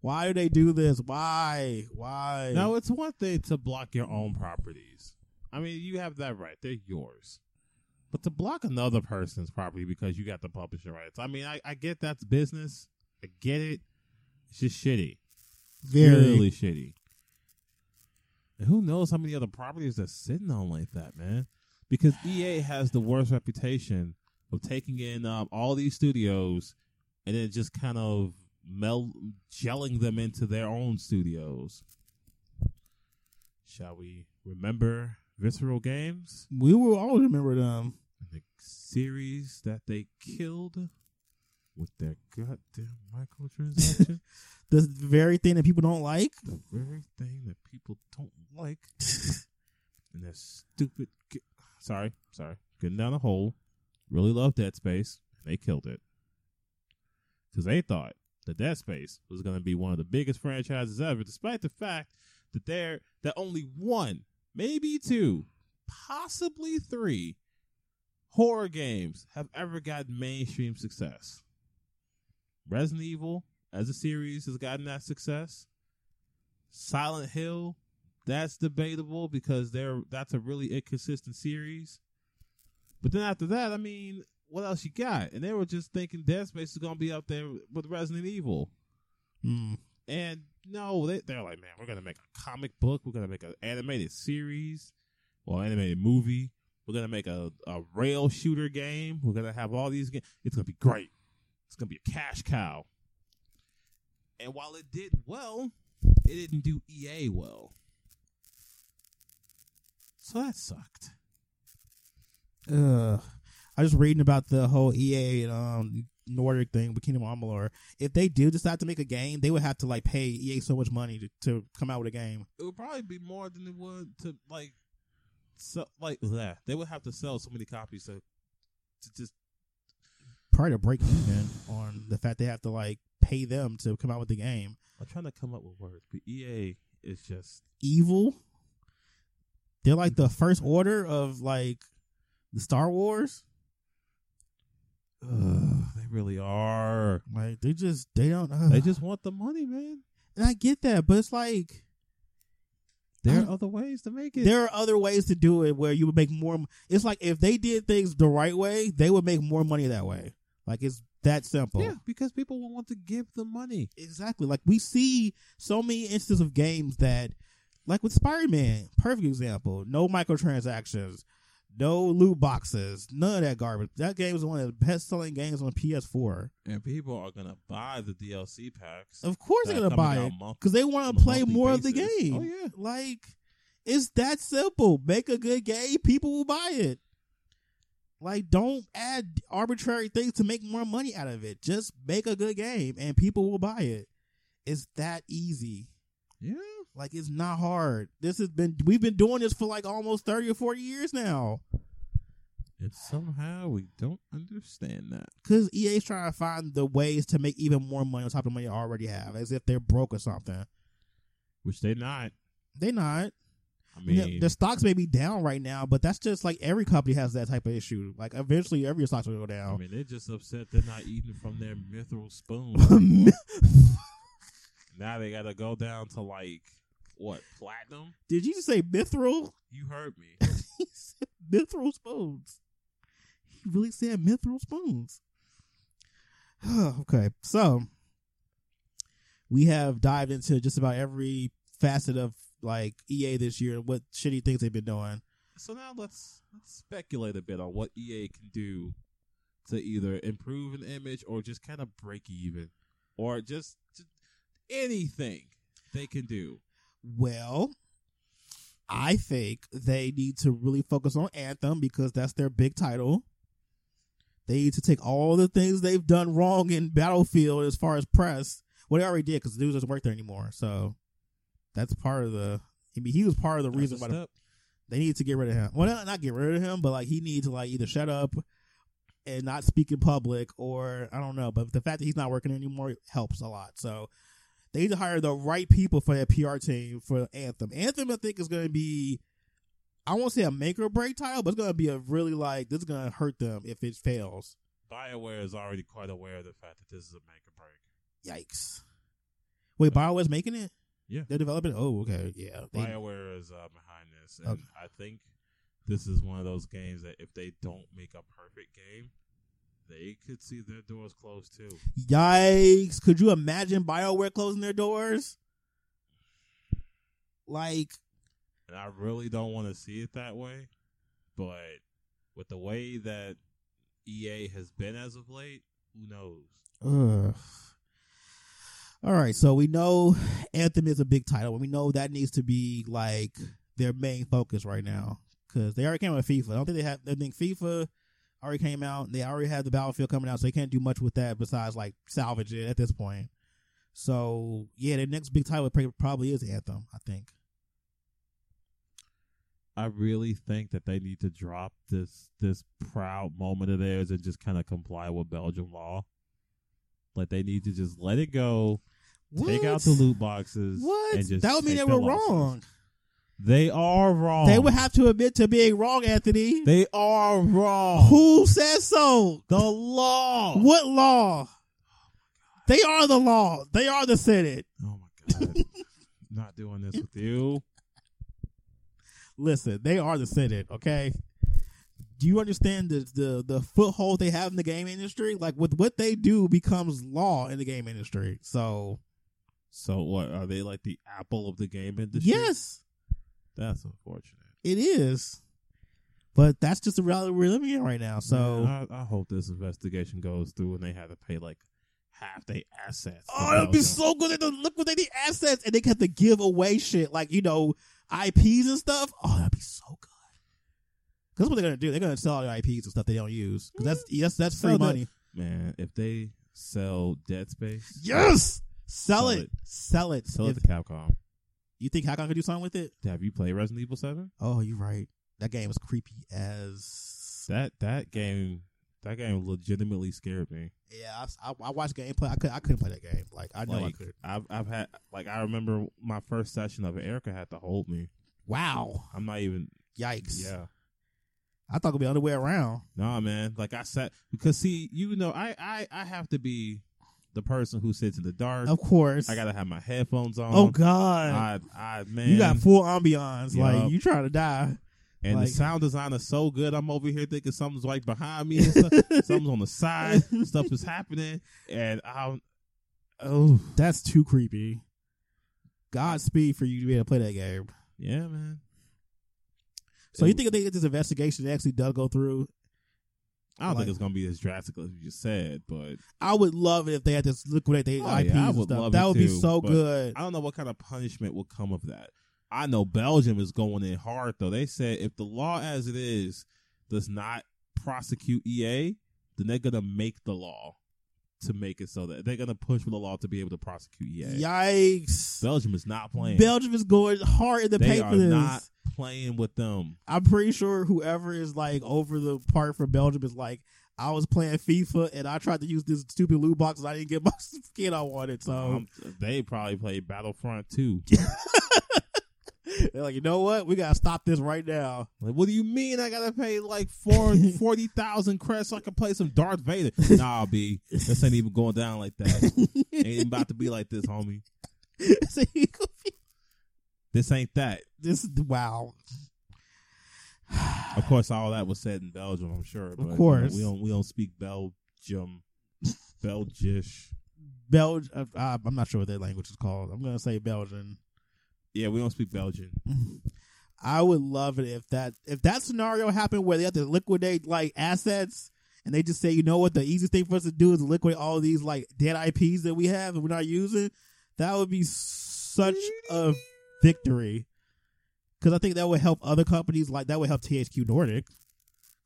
[SPEAKER 2] Why do they do this? Why? Why?
[SPEAKER 3] Now it's one thing to block your own properties. I mean, you have that right; they're yours. But to block another person's property because you got the publishing rights, I mean, I, I get that's business. I get it. It's just shitty.
[SPEAKER 2] very.
[SPEAKER 3] really shitty. And who knows how many other properties they're sitting on like that, man? Because EA has the worst reputation of taking in um, all these studios and then just kind of mel- gelling them into their own studios. Shall we remember Visceral Games,
[SPEAKER 2] We will always remember them.
[SPEAKER 3] the series that they killed with their goddamn microtransaction?
[SPEAKER 2] The very thing that people don't like.
[SPEAKER 3] the very thing that people don't like. and that stupid. Ki- sorry, sorry. Getting down a hole. Really love Dead Space. They killed it. Because they thought that Dead Space was going to be one of the biggest franchises ever, despite the fact that there that only one, maybe two, possibly three horror games have ever gotten mainstream success. Resident Evil as a series has gotten that success. Silent Hill That's debatable because they're that's a really inconsistent series. But then after that, I mean, what else you got? And they were just thinking Dead Space is gonna be up there with Resident Evil.
[SPEAKER 2] Mm.
[SPEAKER 3] And no, they they're like, man, we're gonna make a comic book. We're gonna make an animated series, or animated movie. We're gonna make a, a rail shooter game. We're gonna have all these games. It's gonna be great. It's gonna be a cash cow. And while it did well, it didn't do EA well. So that sucked.
[SPEAKER 2] Ugh. I was reading about the whole EA and um, Nordic thing with Kingdom Hearts Amalur. If they do decide to make a game, they would have to like pay EA so much money to, to come out with a game.
[SPEAKER 3] It would probably be more than it would to like, so like that. They would have to sell so many copies to, to just
[SPEAKER 2] Probably to break even on the fact they have to like pay them to come out with the game.
[SPEAKER 3] I'm trying to come up with words, but EA is just
[SPEAKER 2] Evil. They're like the first order of like the Star Wars.
[SPEAKER 3] ugh, they really are.
[SPEAKER 2] Like they just they don't. Uh,
[SPEAKER 3] They just want the money, man.
[SPEAKER 2] And I get that, but it's like
[SPEAKER 3] There
[SPEAKER 2] I'm-
[SPEAKER 3] are other ways to make it.
[SPEAKER 2] there are other ways to do it where you would make more. It's like if they did things the right way, they would make more money that way. Like it's that simple.
[SPEAKER 3] yeah, because people will want to give the money.
[SPEAKER 2] Exactly. Like we see so many instances of games that, like with Spider Man, perfect example. No microtransactions, no loot boxes, none of that garbage. That game is one of the best selling games on PS4.
[SPEAKER 3] And people are gonna buy the DLC packs.
[SPEAKER 2] Of course,
[SPEAKER 3] that
[SPEAKER 2] they're
[SPEAKER 3] are
[SPEAKER 2] gonna buy
[SPEAKER 3] coming
[SPEAKER 2] it
[SPEAKER 3] out month-
[SPEAKER 2] because they want
[SPEAKER 3] on
[SPEAKER 2] to
[SPEAKER 3] a
[SPEAKER 2] play
[SPEAKER 3] monthly
[SPEAKER 2] more of the
[SPEAKER 3] basis.
[SPEAKER 2] game.
[SPEAKER 3] Oh, yeah.
[SPEAKER 2] like it's that simple. Make a good game, people will buy it. Like, don't add arbitrary things to make more money out of it. Just make a good game, and people will buy it. It's that easy.
[SPEAKER 3] Yeah.
[SPEAKER 2] Like, it's not hard. This has been we've been doing this for like almost thirty or forty years now.
[SPEAKER 3] And somehow we don't understand that.
[SPEAKER 2] Because EA's E trying to find the ways to make even more money on top of the money they already have, as if they're broke or something.
[SPEAKER 3] Which they're not.
[SPEAKER 2] They not.
[SPEAKER 3] I
[SPEAKER 2] Yeah,
[SPEAKER 3] mean
[SPEAKER 2] the stocks may be down right now, but that's just like every company has that type of issue. Like eventually, every stocks will go
[SPEAKER 3] I
[SPEAKER 2] down.
[SPEAKER 3] mean they're just upset they're not eating from their mithril spoon.
[SPEAKER 2] (laughs)
[SPEAKER 3] now they gotta go down to like what, platinum?
[SPEAKER 2] Did you just say mithril? (laughs)
[SPEAKER 3] You heard me.
[SPEAKER 2] He said mithril spoons. He really said mithril spoons. (sighs) okay, so we have dived into just about every facet of like EA this year and what shitty things they've been doing.
[SPEAKER 3] So now let's let's speculate a bit on what EA can do to either improve an image or just kind of break even, or just, just anything they can do.
[SPEAKER 2] Well, I think they need to really focus on Anthem because that's their big title. They need to take all the things they've done wrong in Battlefield as far as press. Well, they already did because the dude doesn't work there anymore. So that's part of the. I mean, he was part of the reason why
[SPEAKER 3] That's
[SPEAKER 2] the
[SPEAKER 3] a step.
[SPEAKER 2] they need to get rid of him. Well, not, not get rid of him, but like he needs to like either shut up and not speak in public, or I don't know. But the fact that he's not working anymore helps a lot. So they need to hire the right people for that PR team for Anthem. Anthem, I think, is going to be. I won't say a make or break title, but it's gonna be a really like this is gonna hurt them if it fails.
[SPEAKER 3] Bioware is already quite aware of the fact that this is a make or break.
[SPEAKER 2] Yikes! Wait, Bioware's making it?
[SPEAKER 3] Yeah.
[SPEAKER 2] they're developing. it? Oh, okay, yeah. They-
[SPEAKER 3] Bioware is uh, behind this, and
[SPEAKER 2] Okay.
[SPEAKER 3] I think this is one of those games that if they don't make a perfect game, they could see their doors closed too.
[SPEAKER 2] Yikes! Could you imagine Bioware closing their doors? Like,
[SPEAKER 3] and I really don't want to see it that way. But with the way that EA has been as of late, who knows?
[SPEAKER 2] ugh. all right. So we know Anthem is a big title, and we know that needs to be like their main focus right now because they already came out with FIFA. I don't think they have. I think FIFA already came out. They already have the Battlefield coming out, so they can't do much with that besides like salvage it at this point. So yeah, their next big title pr- probably is Anthem. I think.
[SPEAKER 3] I really think that they need to drop this this proud moment of theirs and just kind of comply with Belgium law. Like they need to just let it go, take out the
[SPEAKER 2] What?
[SPEAKER 3] loot boxes,
[SPEAKER 2] What?
[SPEAKER 3] and just
[SPEAKER 2] that would mean they
[SPEAKER 3] take
[SPEAKER 2] were
[SPEAKER 3] their losses.
[SPEAKER 2] wrong.
[SPEAKER 3] They are wrong.
[SPEAKER 2] They would have to admit to being wrong, Anthony.
[SPEAKER 3] They are wrong.
[SPEAKER 2] Who says so?
[SPEAKER 3] The law.
[SPEAKER 2] What law? They are the law. They are the Senate. (laughs)
[SPEAKER 3] Oh my god! Not doing this with you.
[SPEAKER 2] Listen, they are the Senate, okay? Do you understand the, the the foothold they have in the game industry? Like with what they do becomes law in the game industry. So
[SPEAKER 3] So what are they like the apple of the game industry?
[SPEAKER 2] yes,
[SPEAKER 3] that's unfortunate.
[SPEAKER 2] it is. But that's just the reality we're living in right now. So
[SPEAKER 3] Man, I, I hope this investigation goes through and they have to pay like half their assets.
[SPEAKER 2] Oh, that'd be
[SPEAKER 3] Belgium.
[SPEAKER 2] so good. They don't liquidate the assets and they have to give away shit like, you know, IPs and stuff. Oh, that'd be so good. Because what they're going to do, they're going to sell all the IPs and stuff they don't use. Because that's, yes, that's free
[SPEAKER 3] Sell that.
[SPEAKER 2] money.
[SPEAKER 3] man. If they sell Dead Space,
[SPEAKER 2] Yes! Sell,
[SPEAKER 3] Sell
[SPEAKER 2] it.
[SPEAKER 3] it.
[SPEAKER 2] Sell it.
[SPEAKER 3] sell it
[SPEAKER 2] If-
[SPEAKER 3] to Capcom.
[SPEAKER 2] you think Hakon could do something with it?
[SPEAKER 3] Have you played Resident Evil Seven?
[SPEAKER 2] Oh, you're right. That game is creepy as.
[SPEAKER 3] That that game that game legitimately scared me.
[SPEAKER 2] Yeah, I, I, I watched gameplay. I, could, I couldn't play that game. Like, I know I
[SPEAKER 3] Like
[SPEAKER 2] could.
[SPEAKER 3] I've I've had like I remember my first session of it, Erica had to hold me.
[SPEAKER 2] Wow.
[SPEAKER 3] I'm not even
[SPEAKER 2] Yikes.
[SPEAKER 3] yeah.
[SPEAKER 2] I thought it would be the other way around.
[SPEAKER 3] Nah, man. Like I sat because see, you know, I I I have to be the person who sits in the dark.
[SPEAKER 2] Of course.
[SPEAKER 3] I gotta have my headphones on.
[SPEAKER 2] oh, God.
[SPEAKER 3] I, I man,
[SPEAKER 2] You got full ambiance.
[SPEAKER 3] Yup.
[SPEAKER 2] Like you trying to die.
[SPEAKER 3] and
[SPEAKER 2] like-
[SPEAKER 3] the sound design is so good. I'm over here thinking something's like behind me, and
[SPEAKER 2] (laughs)
[SPEAKER 3] stuff. something's on the side, stuff is happening, and I'm
[SPEAKER 2] oh, (laughs) that's too creepy. Godspeed for you to be able to play that game.
[SPEAKER 3] yeah, man.
[SPEAKER 2] So
[SPEAKER 3] It-
[SPEAKER 2] you think if they get this investigation they actually does go through?
[SPEAKER 3] I don't
[SPEAKER 2] like-
[SPEAKER 3] think it's gonna be as drastic as you just said, but
[SPEAKER 2] I would love it if they had to liquidate their
[SPEAKER 3] Oh, yeah,
[SPEAKER 2] IPs
[SPEAKER 3] I
[SPEAKER 2] and
[SPEAKER 3] would
[SPEAKER 2] stuff.
[SPEAKER 3] love
[SPEAKER 2] That
[SPEAKER 3] it
[SPEAKER 2] would be
[SPEAKER 3] too,
[SPEAKER 2] so
[SPEAKER 3] but
[SPEAKER 2] good.
[SPEAKER 3] I don't know what kind of punishment will come of that. I know Belgium is going in hard though. They said if the law as it is does not prosecute EA, then they're gonna make the law to make it so that they're gonna push for the law to be able to prosecute EA.
[SPEAKER 2] Yikes!
[SPEAKER 3] Belgium is not playing.
[SPEAKER 2] Belgium is going hard in the
[SPEAKER 3] they
[SPEAKER 2] paper.
[SPEAKER 3] are not playing with them.
[SPEAKER 2] I'm pretty sure whoever is like over the part for Belgium is like, I was playing FIFA and I tried to use this stupid loot box and I didn't get my (laughs) skin I wanted. So
[SPEAKER 3] Um, they probably play Battlefront 2.
[SPEAKER 2] (laughs) they're like, you know what? We gotta stop this right now. (laughs)
[SPEAKER 3] Like, what do you mean I gotta pay like four forty thousand credits so I can play some Darth Vader? Nah, B, this ain't even going down like that.
[SPEAKER 2] (laughs)
[SPEAKER 3] ain't even about to be like this, homie.
[SPEAKER 2] So you go
[SPEAKER 3] This ain't that.
[SPEAKER 2] (laughs) this wow.
[SPEAKER 3] Of course, all that was said in Belgium, I'm sure. But, you know,
[SPEAKER 2] course.
[SPEAKER 3] we don't we don't speak Belgium, Belgish.
[SPEAKER 2] Belgium. Uh, uh, I'm not sure what that language is called. I'm gonna say Belgian.
[SPEAKER 3] Yeah, we don't speak Belgian.
[SPEAKER 2] I would love it if that if that scenario happened where they have to liquidate like assets and they just say, you know what, the easiest thing for us to do is liquidate all these like dead IPs that we have and we're not using. That would be such a victory because I think that would help other companies like that would help THQ Nordic. 'Cause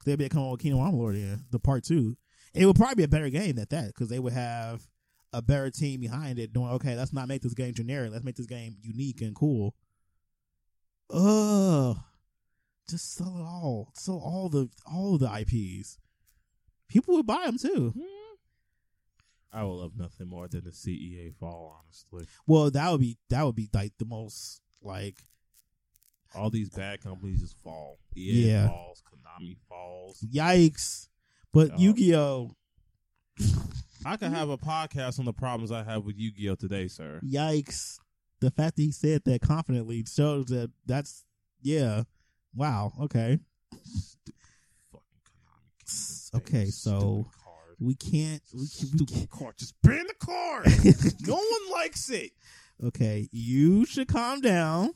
[SPEAKER 2] They'd be coming with Kingdom Armor Lord in the part two. It would probably be a better game than that because they would have a better team behind it doing okay. Let's not make this game generic. Let's make this game unique and cool. Ugh. Just sell it all. Sell all the all the IPs. People would buy them too.
[SPEAKER 3] I would love nothing more than the CEA fall. Honestly,
[SPEAKER 2] Well, that would be that would be like the most like
[SPEAKER 3] all these bad companies just fall. EA
[SPEAKER 2] Yeah.
[SPEAKER 3] falls. Konami falls.
[SPEAKER 2] yikes. But
[SPEAKER 3] Yeah.
[SPEAKER 2] Yu-Gi-Oh,
[SPEAKER 3] I could have a podcast on the problems I have with Yu-Gi-Oh today, sir.
[SPEAKER 2] yikes. The fact that he said that confidently shows that that's yeah. Wow. Okay.
[SPEAKER 3] Fucking Konami.
[SPEAKER 2] S-
[SPEAKER 3] Kingdom
[SPEAKER 2] okay,
[SPEAKER 3] Fate,
[SPEAKER 2] so-
[SPEAKER 3] stupid card.
[SPEAKER 2] We can't. (laughs) We can, we
[SPEAKER 3] Stupid card. Just ban the
[SPEAKER 2] (laughs)
[SPEAKER 3] card.
[SPEAKER 2] can't.
[SPEAKER 3] no one likes it.
[SPEAKER 2] okay, you should calm down.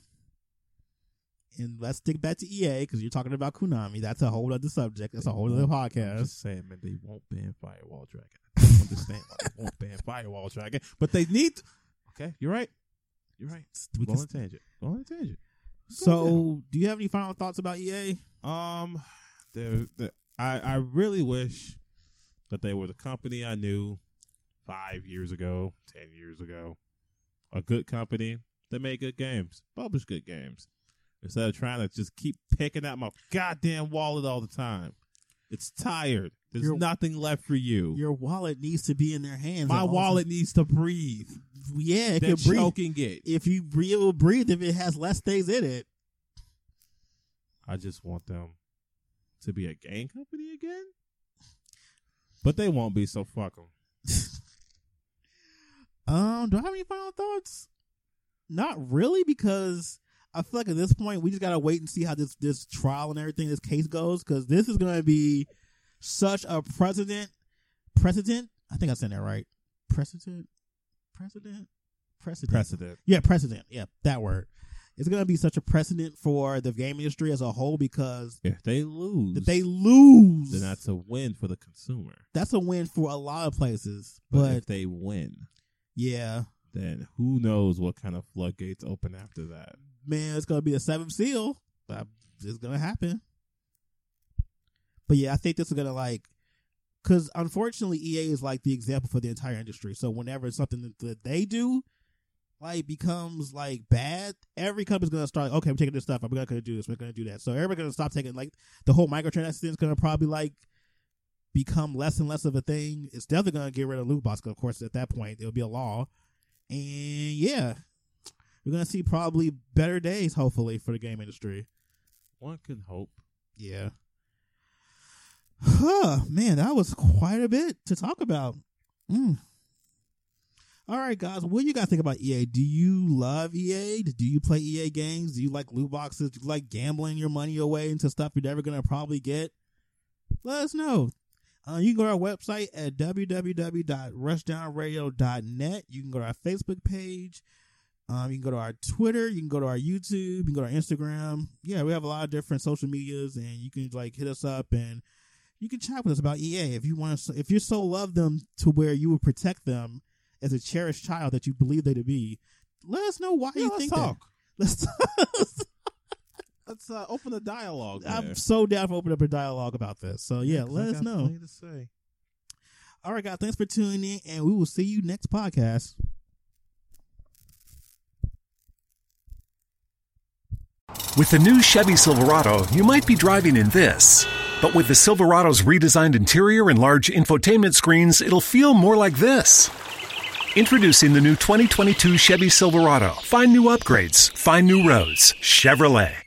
[SPEAKER 2] And let's stick back to EA because you're talking about Konami. That's a whole other subject. That's a whole other
[SPEAKER 3] I'm
[SPEAKER 2] podcast.
[SPEAKER 3] just saying, man, they won't ban Firewall Dragon. I don't understand why they won't ban Firewall Dragon, but they need. To... Okay, you're right. You're right.
[SPEAKER 2] We
[SPEAKER 3] Go
[SPEAKER 2] can-
[SPEAKER 3] on a tangent. Go on a tangent.
[SPEAKER 2] so, do you have any final thoughts about E EA?
[SPEAKER 3] Um, the, the I I really wish that they were the company I knew five years ago, ten years ago. A good company that made good games, published good games, instead of trying to just keep picking at my goddamn wallet all the time. It's tired. There's
[SPEAKER 2] Your-
[SPEAKER 3] nothing left for you.
[SPEAKER 2] Your wallet needs to be in their hands.
[SPEAKER 3] My
[SPEAKER 2] at all
[SPEAKER 3] wallet needs to breathe.
[SPEAKER 2] times. yeah, it
[SPEAKER 3] They're
[SPEAKER 2] can breathe.
[SPEAKER 3] choking it.
[SPEAKER 2] If you breathe, it will breathe if it has less things in it.
[SPEAKER 3] I just want them to be a game company again. But they won't be, so fuck them.
[SPEAKER 2] Um, do I have any final thoughts? Not really, because I feel like at this point we just gotta wait and see how this this trial and everything, this case goes, because this is gonna be such a precedent. Precedent. I think I said that right. Precedent. Precedent. Precedent.
[SPEAKER 3] Precedent.
[SPEAKER 2] Yeah, precedent. Yeah, that word. It's gonna be such a precedent for the game industry as a whole because
[SPEAKER 3] If they lose,
[SPEAKER 2] if they lose,
[SPEAKER 3] then that's a win for the consumer.
[SPEAKER 2] that's a win for a lot of places.
[SPEAKER 3] But,
[SPEAKER 2] But
[SPEAKER 3] if they win,
[SPEAKER 2] yeah,
[SPEAKER 3] then who knows what kind of floodgates open after that?
[SPEAKER 2] man, it's gonna be the seventh seal. Uh, It's gonna happen. But yeah, I think this is gonna like, because unfortunately, EA is like the example for the entire industry. So whenever something that- that they do, like becomes like bad, every company's gonna start. Okay, we're taking this stuff. I'm gonna do this. We're gonna do that. So everybody's gonna stop taking like the whole microtransactions gonna probably like become less and less of a thing. It's definitely gonna get rid of loot box. 'cause Of course, at that point, it'll be a law. And yeah, we're gonna see probably better days, hopefully, for the game industry.
[SPEAKER 3] One can hope.
[SPEAKER 2] Yeah. Huh, man, that was quite a bit to talk about. Mm. All right, guys, what do you guys think about EA? Do you love EA? Do you play EA games? Do you like loot boxes? Do you like gambling your money away into stuff you're never gonna probably get? Let us know. Uh, you can go to our website at www.rushdownradio.net. You can go to our Facebook page. Um, you can go to our Twitter. You can go to our YouTube. You can go to our Instagram. Yeah, we have a lot of different social medias, and you can like hit us up and you can chat with us about EA if you want. To, if you so love them to where you would protect them as a cherished child that you believe they to be, let us know why
[SPEAKER 3] Yeah,
[SPEAKER 2] you
[SPEAKER 3] let's
[SPEAKER 2] think
[SPEAKER 3] talk.
[SPEAKER 2] that. Let's talk.
[SPEAKER 3] Let's uh, open the dialogue.
[SPEAKER 2] I'm so down for opening up a dialogue about this. So yeah, let us know.
[SPEAKER 3] To say.
[SPEAKER 2] All right, guys, thanks for tuning in, and we will see you next podcast.
[SPEAKER 4] With the new Chevy Silverado, you might be driving in this. But with the Silverado's redesigned interior and large infotainment screens, it'll feel more like this. Introducing the new 2022 Chevy Silverado. Find new upgrades, find new roads. Chevrolet.